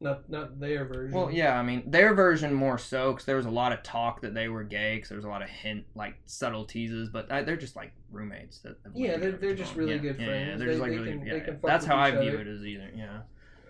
S1: Not not their version.
S2: Well, yeah, I mean, their version more so because there was a lot of talk that they were gay because there was a lot of hint, like subtle teases, but I, they're just like roommates. That have lived
S1: Yeah, they're-
S2: together
S1: they're
S2: too
S1: just
S2: long.
S1: really
S2: Yeah,
S1: good
S2: yeah, Yeah,
S1: friends.
S2: they're
S1: They-
S2: just like
S1: they
S2: really
S1: can-
S2: good. Yeah,
S1: they
S2: yeah.
S1: can fuck
S2: That's
S1: with
S2: how I
S1: each
S2: view
S1: other.
S2: it as either. Yeah,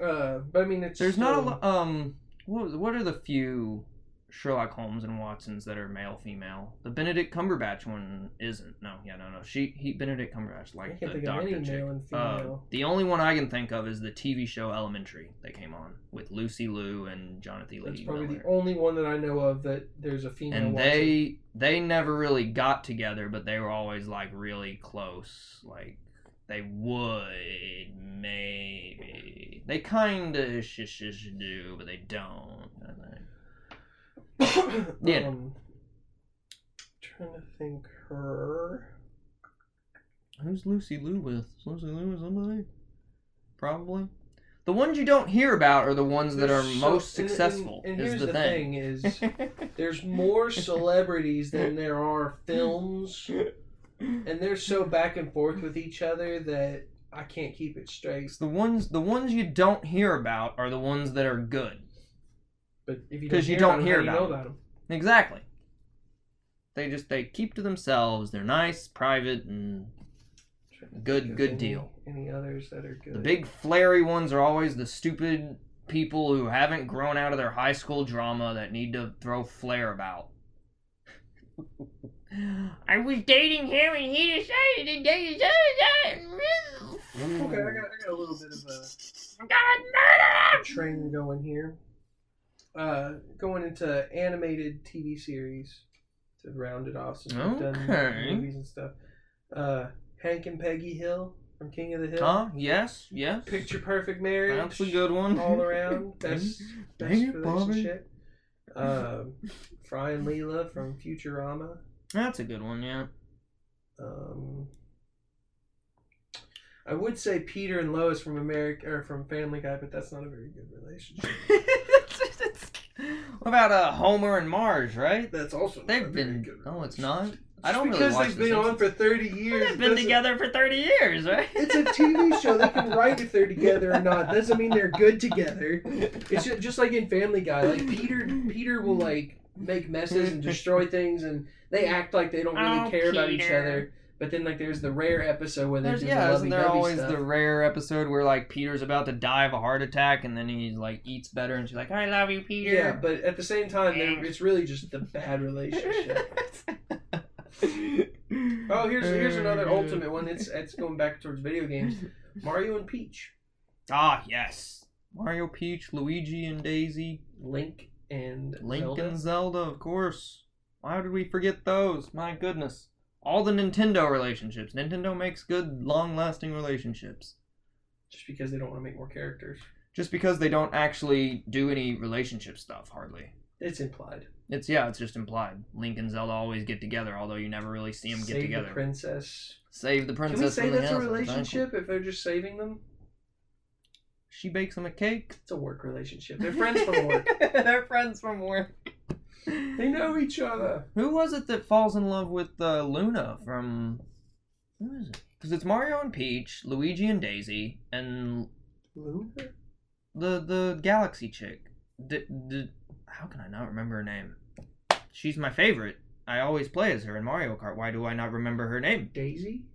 S1: Uh, but I mean, it's
S2: there's not a
S1: still-
S2: lot. Um, what, was- what are the few Sherlock Holmes and Watsons that are male female? The Benedict Cumberbatch one isn't. No, yeah, no, no. She he Benedict Cumberbatch
S1: I
S2: like
S1: can't
S2: the
S1: think of any
S2: doctor chick.
S1: male and
S2: Uh,
S1: female.
S2: the only one I can think of is the TV show Elementary that came on with Lucy Liu and Jonathan Lee.
S1: That's probably
S2: Miller.
S1: the only one that I know of that there's a female.
S2: and
S1: Watson.
S2: they they never really got together, but they were always like really close. Like they would maybe they kind of sh- sh- sh- do, but they don't. I think.
S1: <coughs>
S2: Yeah.
S1: Um, trying to think her.
S2: Who's Lucy Lou with? Is Lucy Lou with somebody? Probably. The ones you don't hear about are the ones that are
S1: There's so-
S2: most
S1: and- and-
S2: successful.
S1: And,
S2: is
S1: here's
S2: the, thing. <laughs>
S1: is there's more celebrities than there are films, and they're so back and forth with each other that I can't keep it straight.
S2: It's the ones the ones you don't hear about are the ones that are good.
S1: But if you
S2: 'Cause you don't hear
S1: about, 'em, how
S2: about
S1: do you know about 'em?
S2: Exactly. They just they keep to themselves. They're nice, private, and
S1: Trying to
S2: Good-
S1: think of
S2: good
S1: any-
S2: deal.
S1: Any others that are good?
S2: the big flary ones are always the stupid people who haven't grown out of their high school drama that need to throw flair about. <laughs> I was dating him and he decided to date his
S1: Okay, I got, I got a little bit of a.
S2: God,
S1: train going here. Uh, going into animated TV series to round it off since we've done
S2: Okay.
S1: movies and stuff. Uh, Hank and Peggy Hill from King of the Hill.
S2: Huh? Yes, yes.
S1: Picture Perfect Marriage. <laughs>
S2: That's a good one.
S1: All around. Best, best
S3: Dang it, Bobby.
S1: relationship. Um, Fry and Leela from Futurama.
S2: <laughs> That's a good one, yeah.
S1: Um, I would say Peter and Lois from America or from Family Guy, but that's not a very good relationship.
S2: what about uh, Homer and Marge, right?
S1: That's also not a
S2: They've
S1: very
S2: been.
S1: good
S2: No, it's
S1: relationship.
S2: not. I
S1: Just
S2: don't really
S1: because
S2: watch
S1: they've
S2: The
S1: been on
S2: Simpsons.
S1: for thirty years.
S2: They've been
S1: doesn't-
S2: together for thirty years, right?
S1: It's a TV show. They can write if they're together or not. Doesn't mean they're good together. It's just, just like in Family Guy. Like Peter, Peter will like make messes and destroy things, and they act like they don't really
S2: Oh,
S1: care about each
S2: Peter.
S1: other. But then like there's the rare episode where they
S2: There's,
S1: do
S2: yeah,
S1: the
S2: isn't there
S1: lovey-dovey
S2: always
S1: stuff.
S2: the rare episode where like Peter's about to die of a heart attack and then he like eats better and she's like, "I love you, Peter."
S1: yeah, but at the same time, they're- it's really just the bad relationship.
S2: <laughs>
S1: Oh, here's here's another
S2: Mm.
S1: ultimate one. It's it's going back towards video games. Mario and Peach,
S2: Ah, yes. Mario, Peach, Luigi, and Daisy,
S1: Link and
S2: Link
S1: Zelda.
S2: and Zelda, of course. Why did we forget those? My goodness. All the Nintendo relationships. Nintendo makes good, long-lasting relationships.
S1: just because they don't want to make more characters.
S2: Just because they don't actually do any relationship stuff, hardly.
S1: It's implied.
S2: It's yeah, it's just implied. Link and Zelda always get together, although you never really see them get
S1: Save
S2: together.
S1: The princess.
S2: Save the princess.
S1: Can we say
S2: from the
S1: that's a
S2: house,
S1: relationship
S2: exactly.
S1: if they're just saving them?
S2: She bakes him
S1: <laughs>
S2: a cake.
S1: It's a work relationship. They're friends from
S2: <laughs>
S1: work.
S2: They're friends from work. <laughs>
S1: they know each other.
S2: Who was it that falls in love with uh, Luna from? Who is it? Because it's Mario and Peach, Luigi and Daisy, and
S1: Luna?
S2: the the galaxy chick. D- d- how can I not remember her name? She's my favorite. I always play as her in Mario Kart. Why do I not remember her name?
S1: Daisy?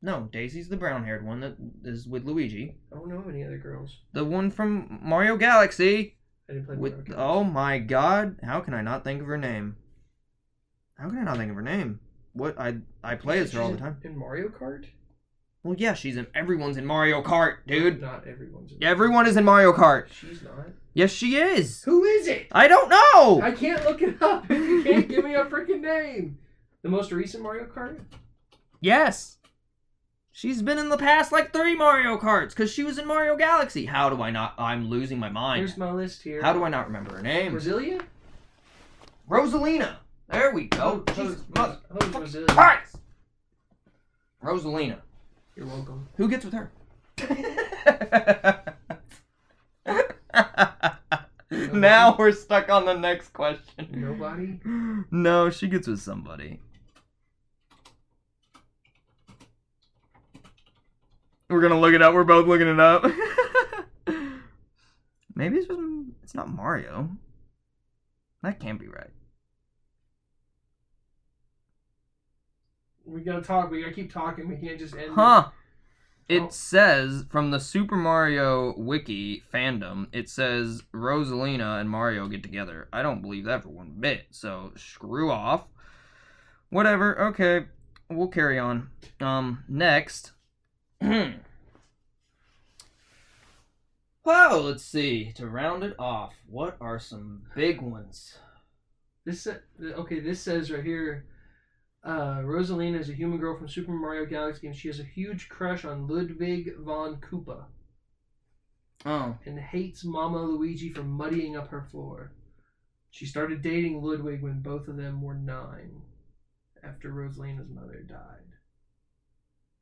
S2: No, Daisy's the brown haired one that is with Luigi.
S1: I don't know any other girls.
S2: The one from Mario Galaxy
S1: I didn't play Mario
S2: with
S1: Kart.
S2: oh my god, how can I not think of her name? How can I not think of her name? What I I play as her all the
S1: She's in-
S2: time.
S1: In Mario Kart?
S2: Well, yeah, she's in everyone's in Mario Kart, dude.
S1: Not everyone's in
S2: Everyone is in Mario Kart.
S1: She's not.
S2: Yes, she is.
S1: Who is it?
S2: I don't know.
S1: I can't look it up <laughs> if you can't give me a freaking name. The most recent Mario Kart?
S2: Yes. She's been in the past like three Mario Karts because she was in Mario Galaxy. How do I not? I'm losing my mind.
S1: Here's my list here.
S2: How do I not remember her name?
S1: Brasilia?
S2: Rosalina. There we go. Oh, Jesus, Ah! mother.
S1: Who's Brasilia?
S2: Christ. Rosalina.
S1: You're welcome.
S2: Who gets with her? <laughs> now we're stuck on the next question.
S1: Nobody.
S2: <laughs> No, she gets with somebody. We're gonna look it up. We're both looking it up. Maybe it's just it's not Mario. That can't be right.
S1: We gotta talk. We gotta keep talking. We can't just end.
S2: Huh. It
S1: Oh.
S2: says from the Super Mario Wiki fandom, it says Rosalina and Mario get together. I don't believe that for one bit, so screw off. Whatever, okay. We'll carry on. Um next. <clears throat> oh, let's see. To round it off, what are some big ones?
S1: This sa- okay. This says right here. Uh, Rosalina is a human girl from Super Mario Galaxy, and she has a huge crush on Ludwig von Koopa
S2: Oh.
S1: and hates Mama Luigi for muddying up her floor. She started dating Ludwig when both of them were nine, after Rosalina's mother died.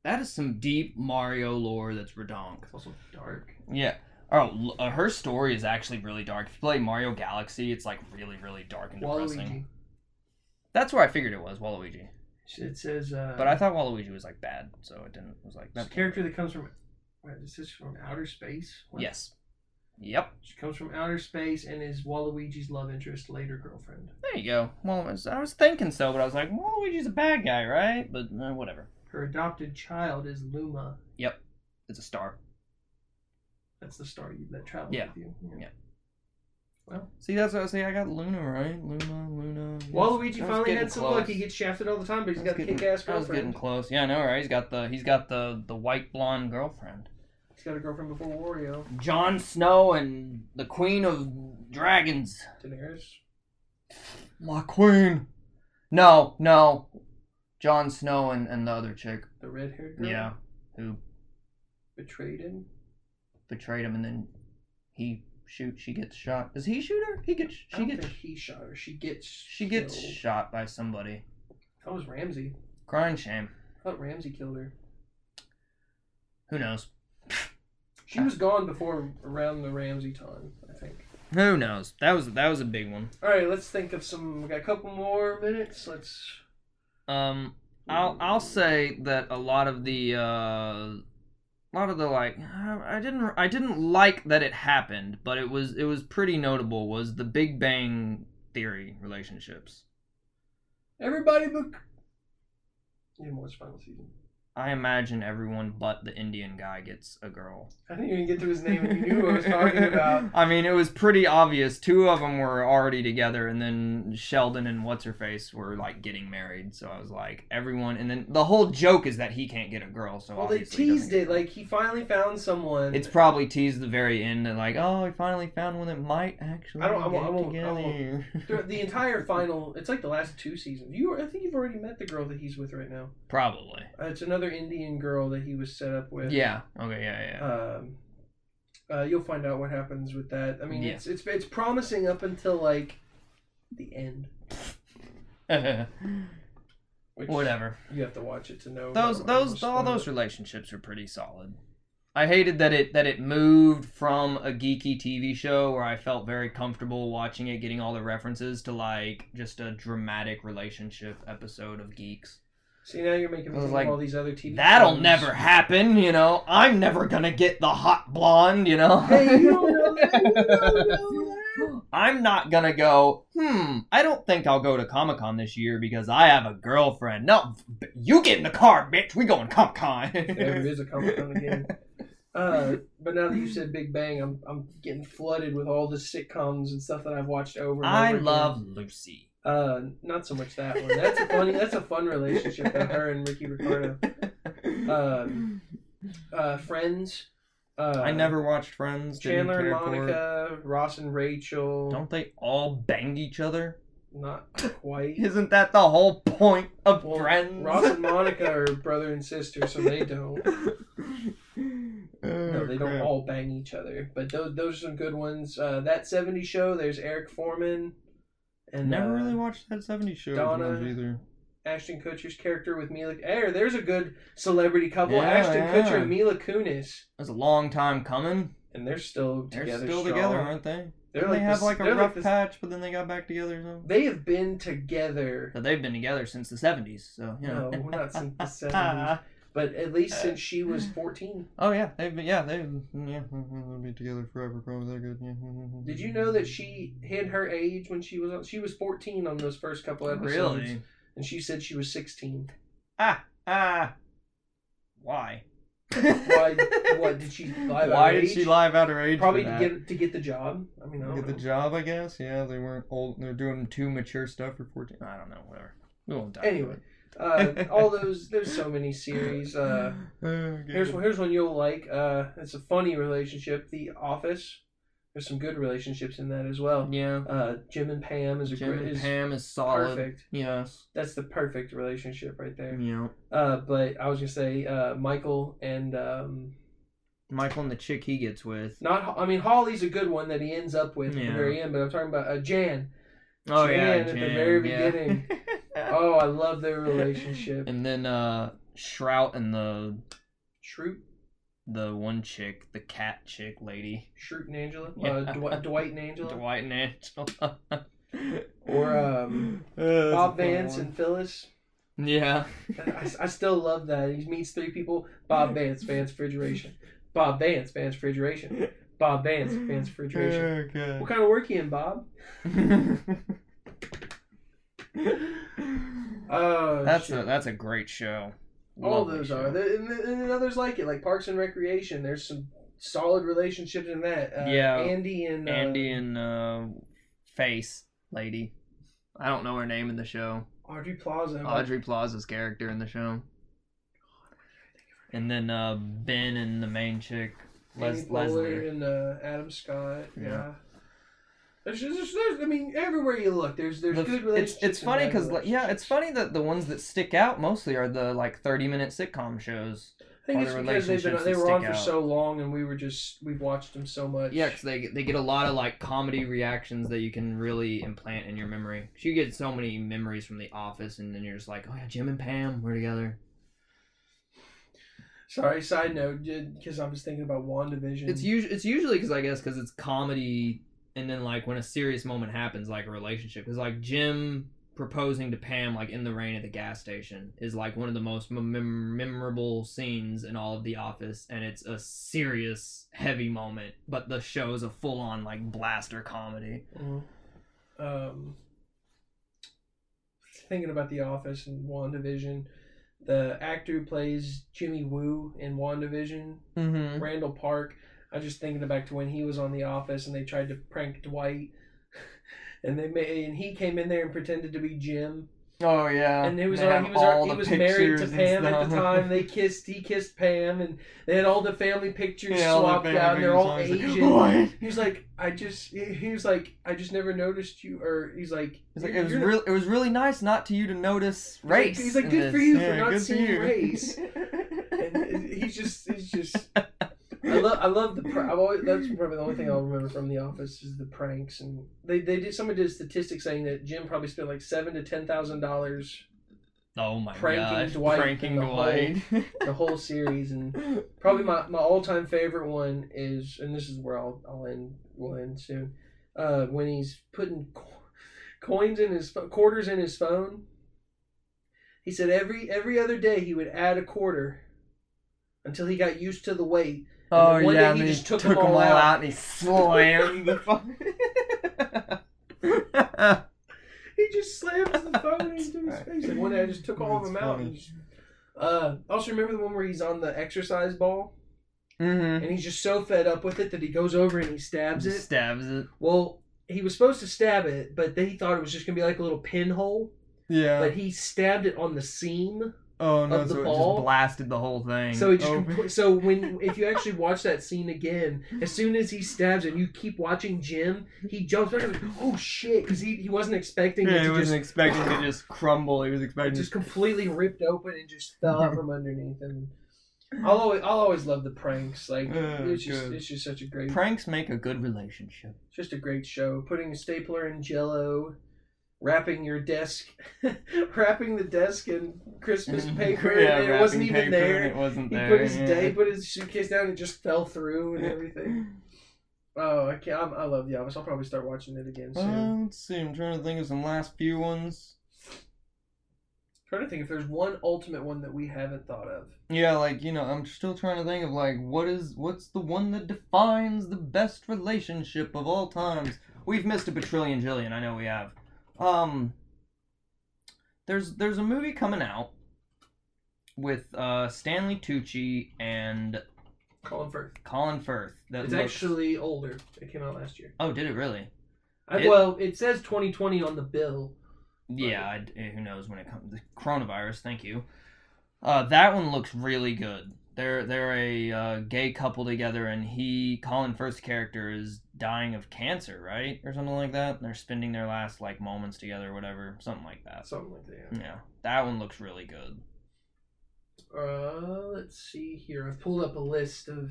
S2: That is some deep Mario lore that's redonk.
S1: It's also dark.
S2: Yeah. Oh, l- uh, her story is actually really dark. If you play Mario Galaxy, it's like really, really dark and depressing.
S1: Waluigi.
S2: That's where I figured it was Waluigi.
S1: It says. Uh,
S2: But I thought Waluigi was like bad, so it didn't. It was like
S1: It's
S2: that's
S1: a character that comes from. Wait, is this from outer space? What?
S2: Yes. Yep.
S1: She comes from outer space and is Waluigi's love interest, later girlfriend.
S2: There you go. Well, I was, I was thinking so, but I was like, Waluigi's a bad guy, right? But uh, whatever.
S1: Her adopted child is Luma.
S2: It's a star.
S1: That's the star you, that travels
S2: Yeah.
S1: with you.
S2: Yeah. See, that's what I see. I got Luna right. Luna, Luna. yes.
S1: Waluigi
S2: I was
S1: finally
S2: getting
S1: had some
S2: close.
S1: luck. He gets shafted all the time, but
S2: I
S1: he's
S2: was
S1: got a
S2: getting-
S1: kick-ass
S2: I was getting
S1: girlfriend.
S2: close. Yeah, I know, right? He's got the he's got the the white blonde girlfriend.
S1: He's got a girlfriend before Wario.
S2: Jon Snow and the Queen of Dragons.
S1: Daenerys.
S3: My queen.
S2: No, no. Jon Snow and, and the other chick.
S1: the red-haired girl
S2: Yeah. Who
S1: betrayed him.
S2: betrayed him and then he shoot she gets shot. Does he shoot her? He gets
S1: I
S2: she
S1: don't
S2: gets
S1: think he shot her. She gets.
S2: she gets
S1: killed.
S2: shot by somebody.
S1: That was Ramsey.
S2: Crying shame.
S1: I thought Ramsey killed her.
S2: Who knows?
S1: She was gone before around the Ramsey time, I think.
S2: Who knows? That was that was a big one.
S1: All right, let's think of some. We got a couple more minutes. Let's.
S2: Um I'll I'll say that a lot of the uh, a lot of the like I I didn't I didn't like that it happened, but it was it was pretty notable was the Big Bang Theory relationships.
S1: Everybody book. You didn't watch final season.
S2: I imagine everyone but the Indian guy gets a girl.
S1: I didn't even get to his name, and you knew who <laughs> I was
S2: <laughs>
S1: talking about.
S2: I mean, it was pretty obvious. Two of them were already together, and then Sheldon and what's her face were like getting married. So I was like, everyone. And then the whole joke is that he can't get a girl. So
S1: Well, they
S2: obviously he doesn't
S1: teased
S2: get a
S1: it.
S2: girl.
S1: Like he finally found someone.
S2: It's probably teased the very end and like, oh, I finally found one that might actually
S1: I don't- I
S2: get
S1: won't- I won't- I won't.
S2: together.
S1: Throughout
S2: <laughs>
S1: the entire final. It's like the last two seasons. You, I think you've already met the girl that he's with right now.
S2: Probably.
S1: Uh, it's another Indian girl that he was set up with.
S2: Yeah. Okay. Yeah. Yeah.
S1: Um, uh, you'll find out what happens with that. I mean,
S2: Yeah.
S1: it's it's it's promising up until like the end. Uh,
S2: <laughs>
S1: Which
S2: Whatever.
S1: You have to watch it to know.
S2: Those
S1: I don't wanna
S2: those all
S1: spoil
S2: those
S1: it.
S2: relationships are pretty solid. I hated that it that it moved from a geeky TV show where I felt very comfortable watching it, getting all the references, to like just a dramatic relationship episode of Geeks.
S1: See now you're making me
S2: It was
S1: think
S2: like,
S1: of all these other TV.
S2: That'll
S1: shows.
S2: never happen, you know. I'm never gonna get the hot blonde, you know.
S1: Hey, you don't
S2: <laughs>
S1: know that, you don't know
S2: <gasps> I'm not gonna go. Hmm. I don't think I'll go to Comic Con this year because I have a girlfriend. No, b- you get in the car, bitch. We going Comic Con. <laughs>
S1: There is a Comic Con again. Uh, but now that you said Big Bang, I'm I'm getting flooded with all the sitcoms and stuff that I've watched over. And
S2: I
S1: over again.
S2: love Lucy.
S1: Uh, not so much that one. That's a funny. That's a fun relationship that her and Ricky Ricardo. Uh, uh, friends. Uh,
S2: I never watched Friends. didn't
S1: Chandler and
S2: care for it.
S1: Monica, Ross and Rachel.
S2: Don't they all bang each other? <laughs>
S1: Not quite.
S2: Isn't that the whole point of
S1: Well,
S2: Friends?
S1: Ross <laughs>
S2: <laughs>
S1: and Monica are brother and sister, so they don't.
S3: Mm.
S1: No, they don't all bang each other. But those those are some good ones. Uh, that '70s show. There's Eric Foreman, and
S3: Never
S1: uh,
S3: really watched that 70s show
S1: Donna-
S3: much either.
S1: Ashton Kutcher's character with Mila. Hey, there's a good celebrity couple:
S2: Yeah,
S1: Ashton Kutcher
S2: yeah.
S1: and Mila Kunis,
S2: That's a long time coming.
S1: and they're still
S2: They're
S1: together.
S2: still
S1: strong.
S2: together, aren't they?
S1: They're
S3: Didn't
S1: like
S3: they have
S1: this-
S3: like a
S1: they're
S3: rough
S1: this-
S3: patch, but then they got back together or something.
S1: They have been together.
S3: <laughs>
S2: But they've been together since the 70s, so, you know.
S3: Ah. <laughs>
S1: No, not since the 70s. But at least since she was 14.
S2: Oh yeah, they've been yeah they've yeah.
S3: We'll be together forever, probably that good.
S1: Did you know that she hid her age when she was on? She was 14 on those first couple episodes.
S2: Really?
S1: And she said she was 16.
S2: Ah. Why?
S1: Why? what
S3: <laughs>
S1: did she lie about?
S3: Why
S1: her
S3: did
S1: age?
S3: she lie about her age?
S1: Probably
S3: for
S1: to
S3: that?
S1: get to get the job. I mean, I don't
S3: get the
S1: know.
S3: job, I guess. Yeah, they weren't old. They're doing too mature stuff for fourteen.
S2: I don't know. Whatever. We won't die.
S1: Anyway,
S2: <laughs>
S1: uh, all those there's so many series. Uh,
S3: <sighs>
S1: Here's one, here's one you'll like. Uh, it's a funny relationship. The Office. There's some good relationships in that as well.
S2: Yeah.
S1: Uh, Jim and Pam is a
S2: Jim
S1: great,
S2: and
S1: is
S2: Pam is solid. Mm.
S1: perfect.
S2: Yes.
S1: That's the perfect relationship right there.
S2: Yeah.
S1: Uh, but I was gonna say uh, Michael and um,
S2: Michael and the chick he gets with.
S1: not. Ho- I mean Holly's a good one that he ends up with at
S2: Yeah.
S1: the very end. But I'm talking about uh, Jan.
S2: Oh
S1: Jan
S2: yeah.
S1: at the
S2: Jan,
S1: very
S2: yeah.
S1: beginning.
S2: <laughs>
S1: Oh, I love their relationship.
S2: and then uh Shrout and the
S1: Shroot,
S2: the one chick, the cat chick lady.
S1: Shroot and Angela. Uh,
S2: Yeah.
S1: Dw- Dwight and Angela.
S2: Dwight and Angela.
S1: Or
S2: <laughs>
S1: um, Bob Vance and Phyllis.
S2: Yeah.
S1: I, I still love that. He meets three people Bob Vance, Vance Refrigeration. Bob Vance, Vance Refrigeration. Bob Vance, Vance Refrigeration. What kind of work you in, Bob?
S2: <laughs>
S1: Oh,
S2: That's
S1: shit.
S2: a that's a great show.
S1: all
S2: Lovely
S1: those
S2: show.
S1: are. There- And, and then others like it, like Parks and Recreation. There's some solid relationships in that. Uh,
S2: Yeah.
S1: Andy and. Uh,
S2: Andy and uh, Face Lady. I don't know her name in the show.
S1: Audrey Plaza.
S2: Audrey Plaza's character in the show. And then uh, Ben and the main chick,
S1: Andy
S2: Les-
S1: Pollard
S2: Leslie.
S1: and uh, Adam Scott. Yeah.
S2: Yeah.
S1: There's, there's, there's, I mean, everywhere you look, there's there's
S2: The-
S1: good
S2: it's
S1: relationships.
S2: it's
S1: and
S2: funny
S1: bad
S2: because yeah,
S1: relationships.
S2: it's funny that the ones that stick out mostly are the like thirty minute sitcom shows.
S1: I think
S2: are
S1: it's because they've
S2: the
S1: been
S2: relationships
S1: they
S2: that
S1: were on
S2: stick
S1: for
S2: out.
S1: so long, and we were just we've watched them so much.
S2: Yeah, because they they get a lot of like comedy reactions that you can really implant in your memory. 'Cause you get so many memories from The Office, and then you're just like, oh yeah, Jim and Pam, we're together.
S1: Sorry, side note, because I was thinking about Wandavision.
S2: It's usually it's usually because I guess because it's comedy, and then like when a serious moment happens, like a relationship, because like Jim proposing to Pam like in the rain at the gas station is like one of the most mem- memorable scenes in all of The Office, and it's a serious heavy moment, but the show is a full on like blaster comedy.
S1: um, thinking about The Office and Wandavision. The actor who plays Jimmy Woo in Wandavision,
S2: Mm-hmm.
S1: Randall Park. I was just thinking back to when he was on The Office and they tried to prank Dwight, <laughs> and they made and he came in there and pretended to be Jim.
S3: Oh yeah.
S1: and it was
S3: They
S1: uh,
S3: have
S1: he was
S3: all
S1: uh, he
S3: the
S1: was married
S3: pictures
S1: to
S3: and
S1: Pam at the
S3: stuff.
S2: <laughs>
S1: time. They kissed. He kissed Pam, and they had all the family pictures
S3: Yeah, all the
S1: swapped
S3: family
S1: out. And they're all
S3: pictures.
S1: Asian.
S3: He's like, "What?"
S1: He was like, I just. He he was like, I just never noticed you. Or he's like,
S2: It's like,
S1: "You're-
S2: it was
S1: you're
S2: really, it was really nice not to you to notice
S1: like-
S2: race.
S1: he's like,
S2: in
S1: "Good for
S2: this."
S1: you."
S3: Yeah,
S1: not
S3: good for
S1: seeing
S3: you.
S2: <laughs>
S1: race. <laughs> And he's just.
S3: <laughs>
S1: He's just. I love. I love the. Pr- I've always, that's probably the only thing I'll remember from The Office is the pranks and they they did someone did a statistic saying that Jim probably spent like seven to ten thousand dollars
S2: Oh my
S1: Pranking
S2: god,
S1: Dwight
S2: pranking
S1: in the <laughs>
S2: Dwight. <laughs>
S1: the whole series and probably my, my all-time favorite one is and this is where I'll, I'll end we'll end soon uh, when he's putting co- coins in his pho- quarters in his phone he said every every other day he would add a quarter until he got used to the weight
S2: Oh
S1: And one day
S2: yeah,
S1: he
S2: and then he
S1: just
S2: took,
S1: took
S2: them, all out. and he slammed the phone.
S1: he just slams the phone into his face and one day I just took all of
S3: That's
S1: them out
S3: funny.
S1: and just, uh, also remember the one where he's on the exercise ball
S2: <laughs> mm-hmm.
S1: and he's just so fed up with it that he goes over and he stabs it
S2: Stabs it.
S1: Well, he was supposed to stab it, but they thought it was just gonna be like a little pinhole.
S3: yeah.
S1: But he stabbed it on the seam,
S3: oh no.
S1: of the
S3: so it
S1: ball.
S2: Just blasted the whole thing.
S1: so he just
S3: Oh.
S1: compl- so when if you actually watch that scene again, as soon as he stabs it, and you keep watching Jim. He jumps back and like, oh shit, because he, he wasn't expecting
S3: Just, yeah,
S1: it
S3: he
S1: to
S3: wasn't
S1: just
S3: expecting to just crumble. He was expecting
S1: just completely ripped open and just fell out from underneath him. I'll always I'll always love the pranks. Like
S3: Oh,
S1: it's just
S3: good.
S1: it's just such a great
S2: pranks make a good <laughs> relationship.
S1: It's just a great show. Putting a stapler in jello, wrapping your desk, <laughs> wrapping the desk in Christmas paper.
S3: <laughs> Yeah,
S1: and it
S3: wrapping
S1: wasn't even
S3: paper,
S1: <laughs>
S3: and
S1: there.
S3: It wasn't
S1: He
S3: there.
S1: put his
S3: yeah.
S1: day, put his suitcase down, and it just fell through
S3: <laughs>
S1: and everything. Oh, I can't. I'm, I love The Office. I'll probably start
S3: Um,
S1: watching it again soon.
S3: Uh, let's see. I'm trying to think of some last few ones.
S1: trying to think if there's one ultimate one that we haven't thought of.
S2: Yeah, like you know, I'm still trying to think of like what is what's the one that defines the best relationship of all times. We've missed a patrillion jillion. I know we have. Um, there's there's a movie coming out with uh, Stanley Tucci and
S1: Colin Firth.
S2: Colin Firth. That
S1: It's
S2: looks-
S1: actually older. It came out last year.
S2: Oh, did it really?
S1: I,
S2: It-
S1: well, it says 2020 on the bill.
S2: Yeah, I d eh, who knows when it comes the coronavirus. Thank you. Uh, that one looks really good. They're they're a uh, gay couple together, and he Colin Firth's character is dying of cancer, right, or something like that. And they're spending their last like moments together, or whatever, something like
S3: Uh,
S2: that.
S1: Something like that.
S2: Yeah, that one looks really good.
S1: Uh, let's see here. I've pulled up a list of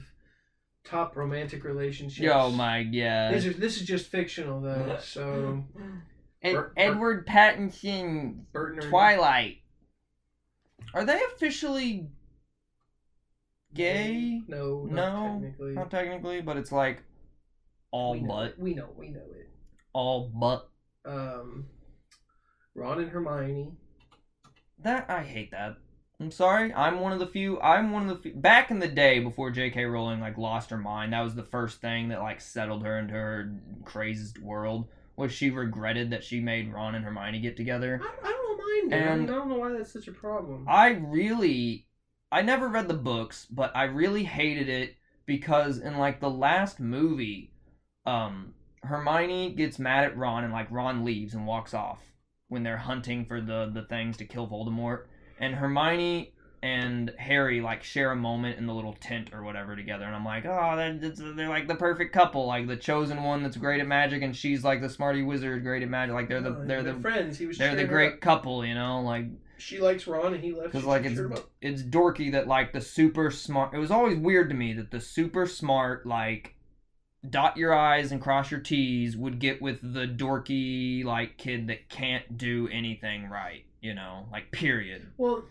S1: top romantic relationships.
S2: Yo, my god.
S1: These are, this is just fictional though. So Bert-
S2: Ed-
S1: Bert-
S2: Edward Pattinson,
S1: Burton.
S2: Twilight. Are they officially gay?
S1: No, not
S2: No,
S1: technically.
S2: Not technically, but it's like all
S1: we know
S2: but
S1: it. we know we know it.
S2: all but
S1: Um, Ron and Hermione.
S2: that I hate that. I'm sorry. I'm one of the few. I'm one of the few. Back in the day, before J.K. Rowling like lost her mind, that was the first thing that like settled her into her crazed world. Was she regretted that she made Ron and Hermione get together?
S1: I, I don't mind. it.
S2: And-
S1: I don't know why that's such a problem.
S2: I really, I never read the books, but I really hated it because in like the last movie, um, Hermione gets mad at Ron and like Ron leaves and walks off when they're hunting for the the things to kill Voldemort, and Hermione and Harry like share a moment in the little tent or whatever together, and I'm like, oh, that, that's, they're like the perfect couple, like the chosen one that's great at magic, and she's like the smarty wizard great at magic, like they're the
S1: No,
S2: they're
S1: Oh, they're
S2: the
S1: friends. He was
S2: they're the
S1: cheering her
S2: great
S1: up.
S2: couple, you know, like
S1: She likes Ron, and he left.
S2: because
S1: She
S2: like
S1: cheered
S2: it's
S1: him up.
S2: it's dorky that like the super smart. It was always weird to me that the super smart like dot your i's and cross your t's would get with the dorky like kid that can't do anything right. You know, like period.
S1: well,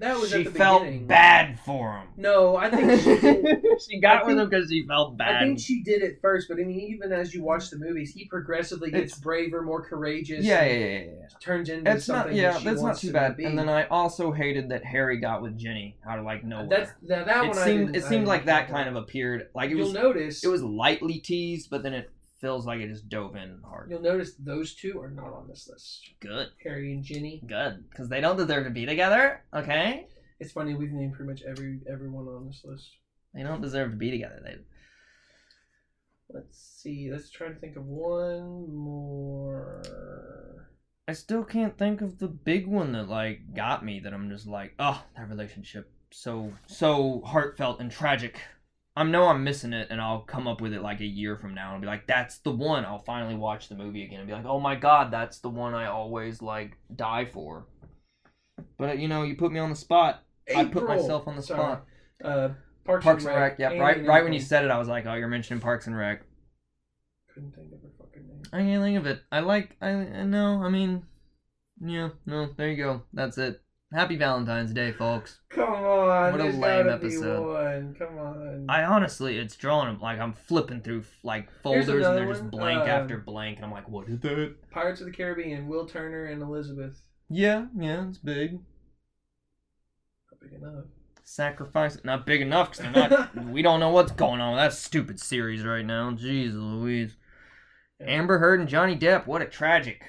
S1: that was
S2: she
S1: at the
S2: felt
S1: beginning.
S2: bad for him.
S1: No, <laughs> I think she
S2: <laughs>
S1: did.
S2: she got
S1: I
S2: with
S1: think-
S2: him because she felt bad.
S1: I think she did it first, but I mean, even as you watch the movies, he progressively gets
S2: It's-
S1: braver, more courageous.
S2: yeah,
S1: and
S2: yeah, yeah, yeah. yeah.
S1: Turns into
S2: It's
S1: something.
S2: not. Yeah,
S1: that she
S2: that's not
S1: wants
S2: too
S1: to
S2: bad.
S1: Be.
S2: And then uh, I also hated that Harry got with Jenny out of like nowhere.
S1: that's that, that
S2: it
S1: one. I
S2: seemed.
S1: didn't-
S2: It
S1: I
S2: seemed
S1: didn't
S2: like that
S1: care
S2: kind of
S1: about.
S2: appeared. Like it
S1: You'll
S2: was
S1: notice.
S2: it was lightly teased, but then it feels like it just dove in hard.
S1: You'll notice those two are not on this list.
S2: Good,
S1: Harry and Ginny.
S2: good, because they don't deserve to be together. Okay,
S1: It's funny we've named pretty much every everyone on this list.
S2: they don't deserve to be together. They
S1: Let's see. Let's try to think of one more.
S2: I still can't think of the big one that like got me that I'm just like, oh, that relationship so so heartfelt and tragic. I know I'm missing it and I'll come up with it like a year from now and be like, that's the one. I'll finally watch the movie again and be like, oh my god, that's the one I always like die for. But you know, you put me on the spot. I put
S1: April!
S2: myself on the
S1: Sorry.
S2: spot.
S1: Uh, Parks,
S2: Parks and Rec, yeah, right
S1: and
S2: right when you
S1: April.
S2: said it I was like, Oh, you're mentioning Parks and Rec.
S1: Couldn't think of her fucking name.
S2: I can't think of it. I like I I know, I mean Yeah, no, there you go. That's it. Happy Valentine's Day, folks.
S1: Come on.
S2: What a
S1: there's
S2: lame
S1: gotta be
S2: episode.
S1: one. Come on.
S2: I honestly, it's drawing like I'm flipping through like
S1: Here's
S2: folders and
S1: another
S2: they're just
S1: one.
S2: blank
S1: Um,
S2: after blank, and I'm like, what is that?
S1: Pirates of the Caribbean, Will Turner and Elizabeth.
S2: Yeah, yeah, it's big.
S1: Not big enough.
S2: Sacrifice, not big enough because they're not. we don't know what's going on with that stupid series right now. Jeez Louise.
S1: Yeah.
S2: Amber Heard and Johnny Depp, what a tragic,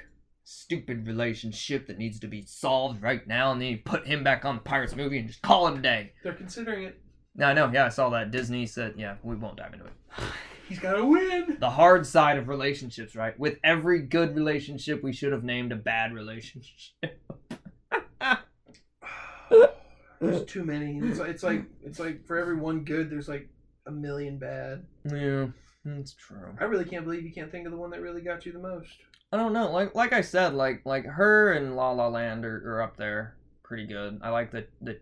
S2: stupid relationship that needs to be solved right now. And then you put him back on the Pirates movie and just call it a day.
S1: They're considering it.
S2: No, I know, yeah, I saw that. Disney said, yeah, we won't dive into it.
S1: He's got to win. <sighs>
S2: the hard side of relationships, right? With every good relationship, we should have named a bad relationship.
S1: There's too many. It's like, it's like it's like for every one good, there's like a million bad.
S2: Yeah, that's true.
S1: I really can't believe you can't think of the one that really got you the most.
S2: I don't know. Like, like I said, like, like her and La La Land are, are up there pretty good. I like the the,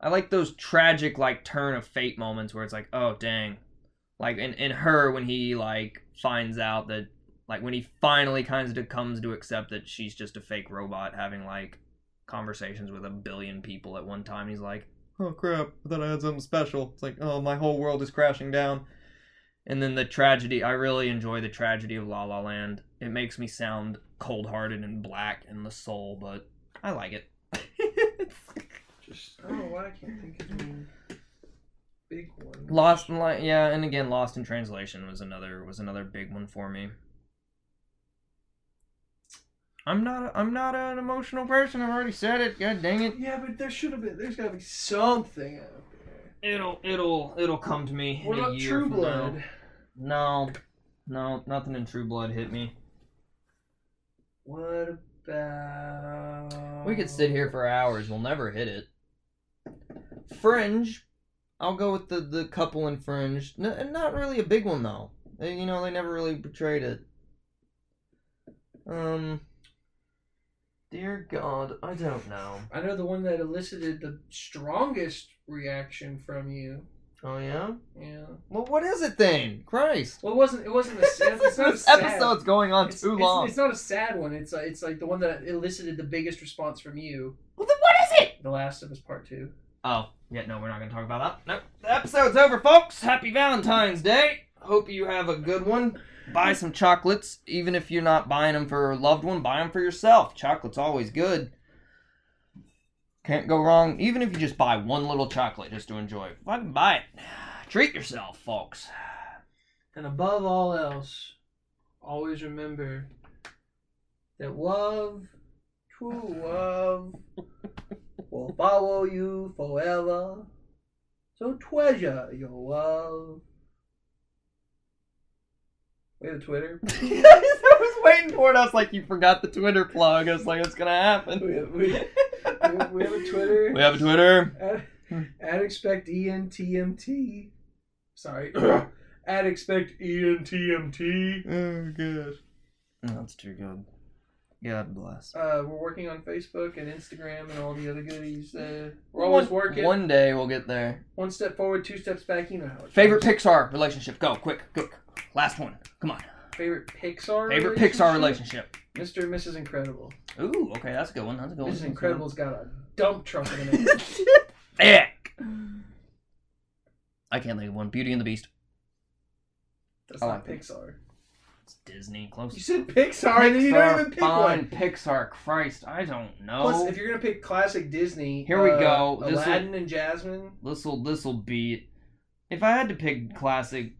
S2: I like those tragic like turn of fate moments where it's like, oh dang, like in in her when he like finds out that like when he finally kind of comes to accept that she's just a fake robot having like conversations with a billion people at one time. He's like.
S3: Oh crap! I thought I had something special. It's like, oh, my whole world is crashing down.
S2: And then the tragedy, I really enjoy the tragedy of La La Land. It makes me sound cold hearted and black in the soul, but I like it. <laughs>
S3: first.
S1: I don't know why I can't think of any big one.
S2: Lost in Li- yeah, and again, Lost in Translation was another was another big one for me. I'm not a, I'm not an emotional person. I've already said it. God dang it.
S1: Yeah, but there should have been. There's got to be something out there.
S2: It'll it'll it'll come to me.
S1: What
S2: in a
S1: about
S2: year
S1: True
S2: from now.
S1: Blood?
S2: No, no, nothing in True Blood hit me.
S1: What about?
S2: We could sit here for hours. We'll never hit it. Fringe. I'll go with the the couple in Fringe. N- not really a big one though. They, you know, they never really portrayed it. Um. Dear God, I don't know.
S1: I know the one that elicited the strongest reaction from you.
S2: Oh yeah.
S1: Yeah.
S2: Well, what is it then? Christ.
S1: Well, it wasn't. It wasn't. A,
S2: <laughs> this
S1: sad- it's not a sad.
S2: episode's going on
S1: It's,
S2: too
S1: it's-
S2: long.
S1: it's not a sad one. It's uh, it's like the one that elicited the biggest response from you.
S2: well, then what is it?
S1: The Last of Us Part Two.
S2: Oh, yeah, no, we're not going to talk about that. No, the episode's over, folks. Happy Valentine's Day. Hope you have a good one. Buy some chocolates, even if you're not buying them for a loved one, buy them for yourself. Chocolate's always good. Can't go wrong, even if you just buy one little chocolate just to enjoy. it. Fucking buy it. Treat yourself, folks. <laughs>
S1: And above all else, always remember that love, true love, <laughs> will follow you forever. So treasure your love. We have a Twitter.
S2: I was waiting for it. I was like, you forgot the Twitter plug. I was like, it's going to happen.
S1: <laughs> We have, we, we have- we have a Twitter.
S2: <laughs>
S1: E <laughs>
S2: We have Hmm. a Twitter.
S1: At, at expect ENTMT.
S2: <coughs>
S1: Sorry. E at expect ENTMT.
S3: Oh gosh.
S2: That's too good. God bless.
S1: Uh, we're working on Facebook and Instagram and all the other goodies. Uh, we're always
S2: one,
S1: working. One,
S2: One day we'll get there.
S1: step forward, two steps back. You know how it goes.
S2: Favorite Pixar relationship? Go quick, quick. Last one. Come on.
S1: favorite Pixar
S2: Favorite Pixar relationship?
S1: Mr. and Mrs. Incredible.
S2: Ooh, okay, that's a good one. That's a good
S1: Mrs.
S2: <laughs> one.
S1: Incredible's got a dump truck in it.
S2: <laughs> That's a good one. Thick. I can't think of one. Beauty and the Beast.
S1: That's
S2: I
S1: not
S2: like that.
S1: Pixar.
S2: It's Disney.
S1: You
S2: Close.
S1: said Pixar and then you don't even pick one.
S2: Fine, Pixar. Christ, I don't know.
S1: Plus, if you're gonna pick classic Disney,
S2: Here we
S1: uh,
S2: go. This will-
S1: Aladdin and Jasmine.
S2: This'll this'll be. it. If I had to pick classic,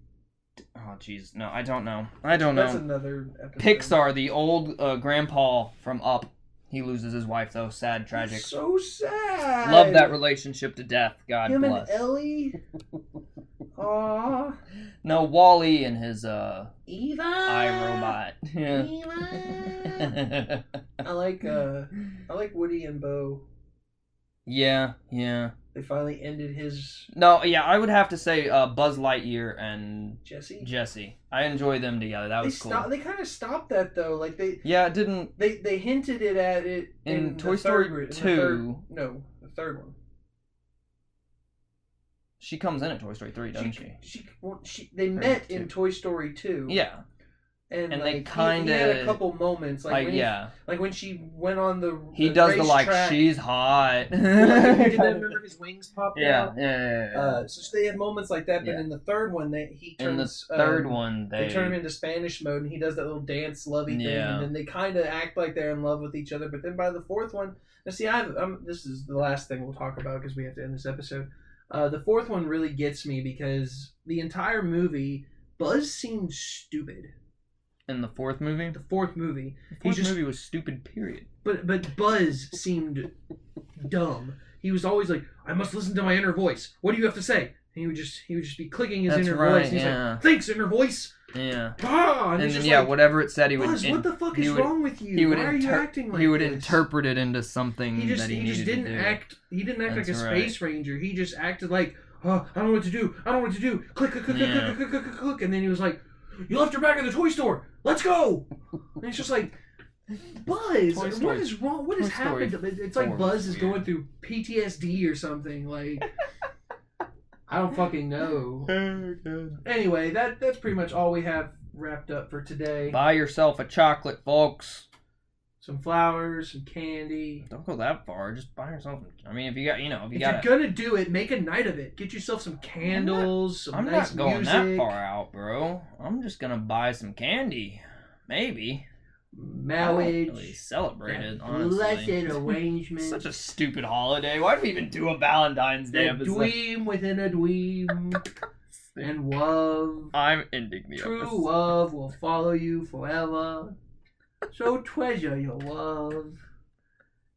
S2: oh jeez, no, I don't know. I don't know.
S1: That's another episode.
S2: Oh, Pixar, the old uh, grandpa from Up. He loses his wife though. Sad, tragic.
S1: So sad.
S2: Love that relationship to death. God
S1: Him
S2: bless.
S1: and Ellie.
S2: <laughs>
S1: Aww.
S2: no, Wally and his uh,
S1: Eva.
S2: iRobot. <laughs> Yeah. <laughs>
S1: Eva. I like uh, I like Woody and Bo.
S2: yeah, yeah.
S1: They finally ended his
S2: No, yeah. I would have to say uh, Buzz Lightyear and
S1: Jesse.
S2: Jesse. I enjoy them together. That
S1: they
S2: was cool.
S1: stopped. They kind of stopped that though. Like they
S2: Yeah, it didn't
S1: they they hinted it at it
S2: in,
S1: the
S2: Toy
S1: third-
S2: Story
S1: in the
S2: two.
S1: third- no, the third one.
S2: She comes in at Toy Story three, doesn't she?
S1: She, she, well, she they met
S2: two.
S1: in Toy Story two.
S2: Yeah,
S1: and, like,
S2: and they
S1: he- he, had
S2: kinda-
S1: a couple moments like,
S2: like,
S1: when he-
S2: yeah.
S1: like when she went on the
S2: He does the like
S1: racetrack. <laughs>
S2: she's hot.
S1: Didn't
S2: <laughs> yeah,
S1: remember his wings popped
S2: yeah,
S1: out.
S2: yeah, yeah.
S1: Uh, so they had moments like that, but
S2: Yeah.
S1: in the third one, that he
S2: in the
S1: turns
S2: third
S1: um,
S2: one,
S1: they,
S2: they,
S1: turn him into Spanish mode, and he does that little dance lovey thing,
S2: Yeah.
S1: and then they kind of act like they're in love with each other. But then by the fourth one, now see, I've um, this is the last thing we'll talk about because we have to end this episode. Uh, the fourth one really gets me because the entire movie, Buzz seemed stupid.
S2: in the fourth movie.
S1: The fourth movie,
S2: The
S1: he
S2: fourth
S1: just
S2: movie was stupid. Period.
S1: but but Buzz seemed dumb. He was always like, "I must listen to my inner voice. What do you have to say?" And he would just he would just be clicking his
S2: That's
S1: inner
S2: right,
S1: voice. And he's
S2: yeah.
S1: like, "Thanks, inner voice."
S2: Yeah.
S1: Ah!
S2: And,
S1: he's
S2: then
S1: just
S2: yeah,
S1: like,
S2: whatever it said, he would.
S1: Buzz, what the fuck
S2: he
S1: is
S2: would-
S1: wrong with you?
S2: he would
S1: Why are you
S2: inter-
S1: acting like
S2: he would
S1: this?
S2: interpret it into something
S1: He just
S2: that he,
S1: he, just
S2: needed
S1: didn't
S2: to do.
S1: act. He didn't act like
S2: That's
S1: a
S2: right.
S1: space ranger. He just acted like, oh, I don't know what to do. I don't know what to do. Click, click, click,
S2: Yeah.
S1: click, click, click, click, click, and then he was like, "You left your bag at the toy store. Let's go." and it's just like. Buzz,
S2: Toy
S1: what
S2: Story-
S1: is wrong? What has
S2: Toy Story
S1: happened? to him? It's
S2: four
S1: like Buzz
S2: was
S1: is
S2: weird.
S1: going through PTSD or something. Like, I don't fucking know.
S3: Oh god.
S1: Anyway, that that's pretty much all we have wrapped up for today.
S2: Buy yourself a chocolate, folks.
S1: Some flowers, some candy.
S2: Don't go that far. Just buy yourself. I mean, if you got, you know, if you
S1: If
S2: got.
S1: you're gonna do it, make a night of it. Get yourself some candles,
S2: I'm
S1: some nice
S2: not going
S1: music.
S2: that far out, bro. I'm just gonna buy some candy, maybe.
S4: marriage,
S2: Really celebrated,
S4: that
S2: honestly.
S4: blessed arrangement,
S2: <laughs> Such a stupid holiday. Why do we even do a Valentine's Day
S4: that
S2: episode?
S4: dream within a
S2: <laughs>
S4: dream, and love,
S2: I'm ending the
S4: true
S2: episode.
S4: love will follow you forever. So treasure your love.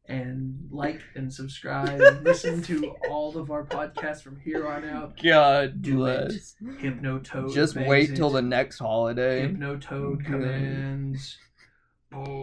S1: and like and
S2: <laughs>
S1: subscribe. Listen to all of our podcasts from here on out.
S2: God
S1: Do it.
S2: bless.
S1: Hypnotoad.
S2: Just
S1: begs
S2: wait
S1: it.
S2: till the next holiday.
S1: Hypnotoad
S2: Come in.
S1: commands. Boom.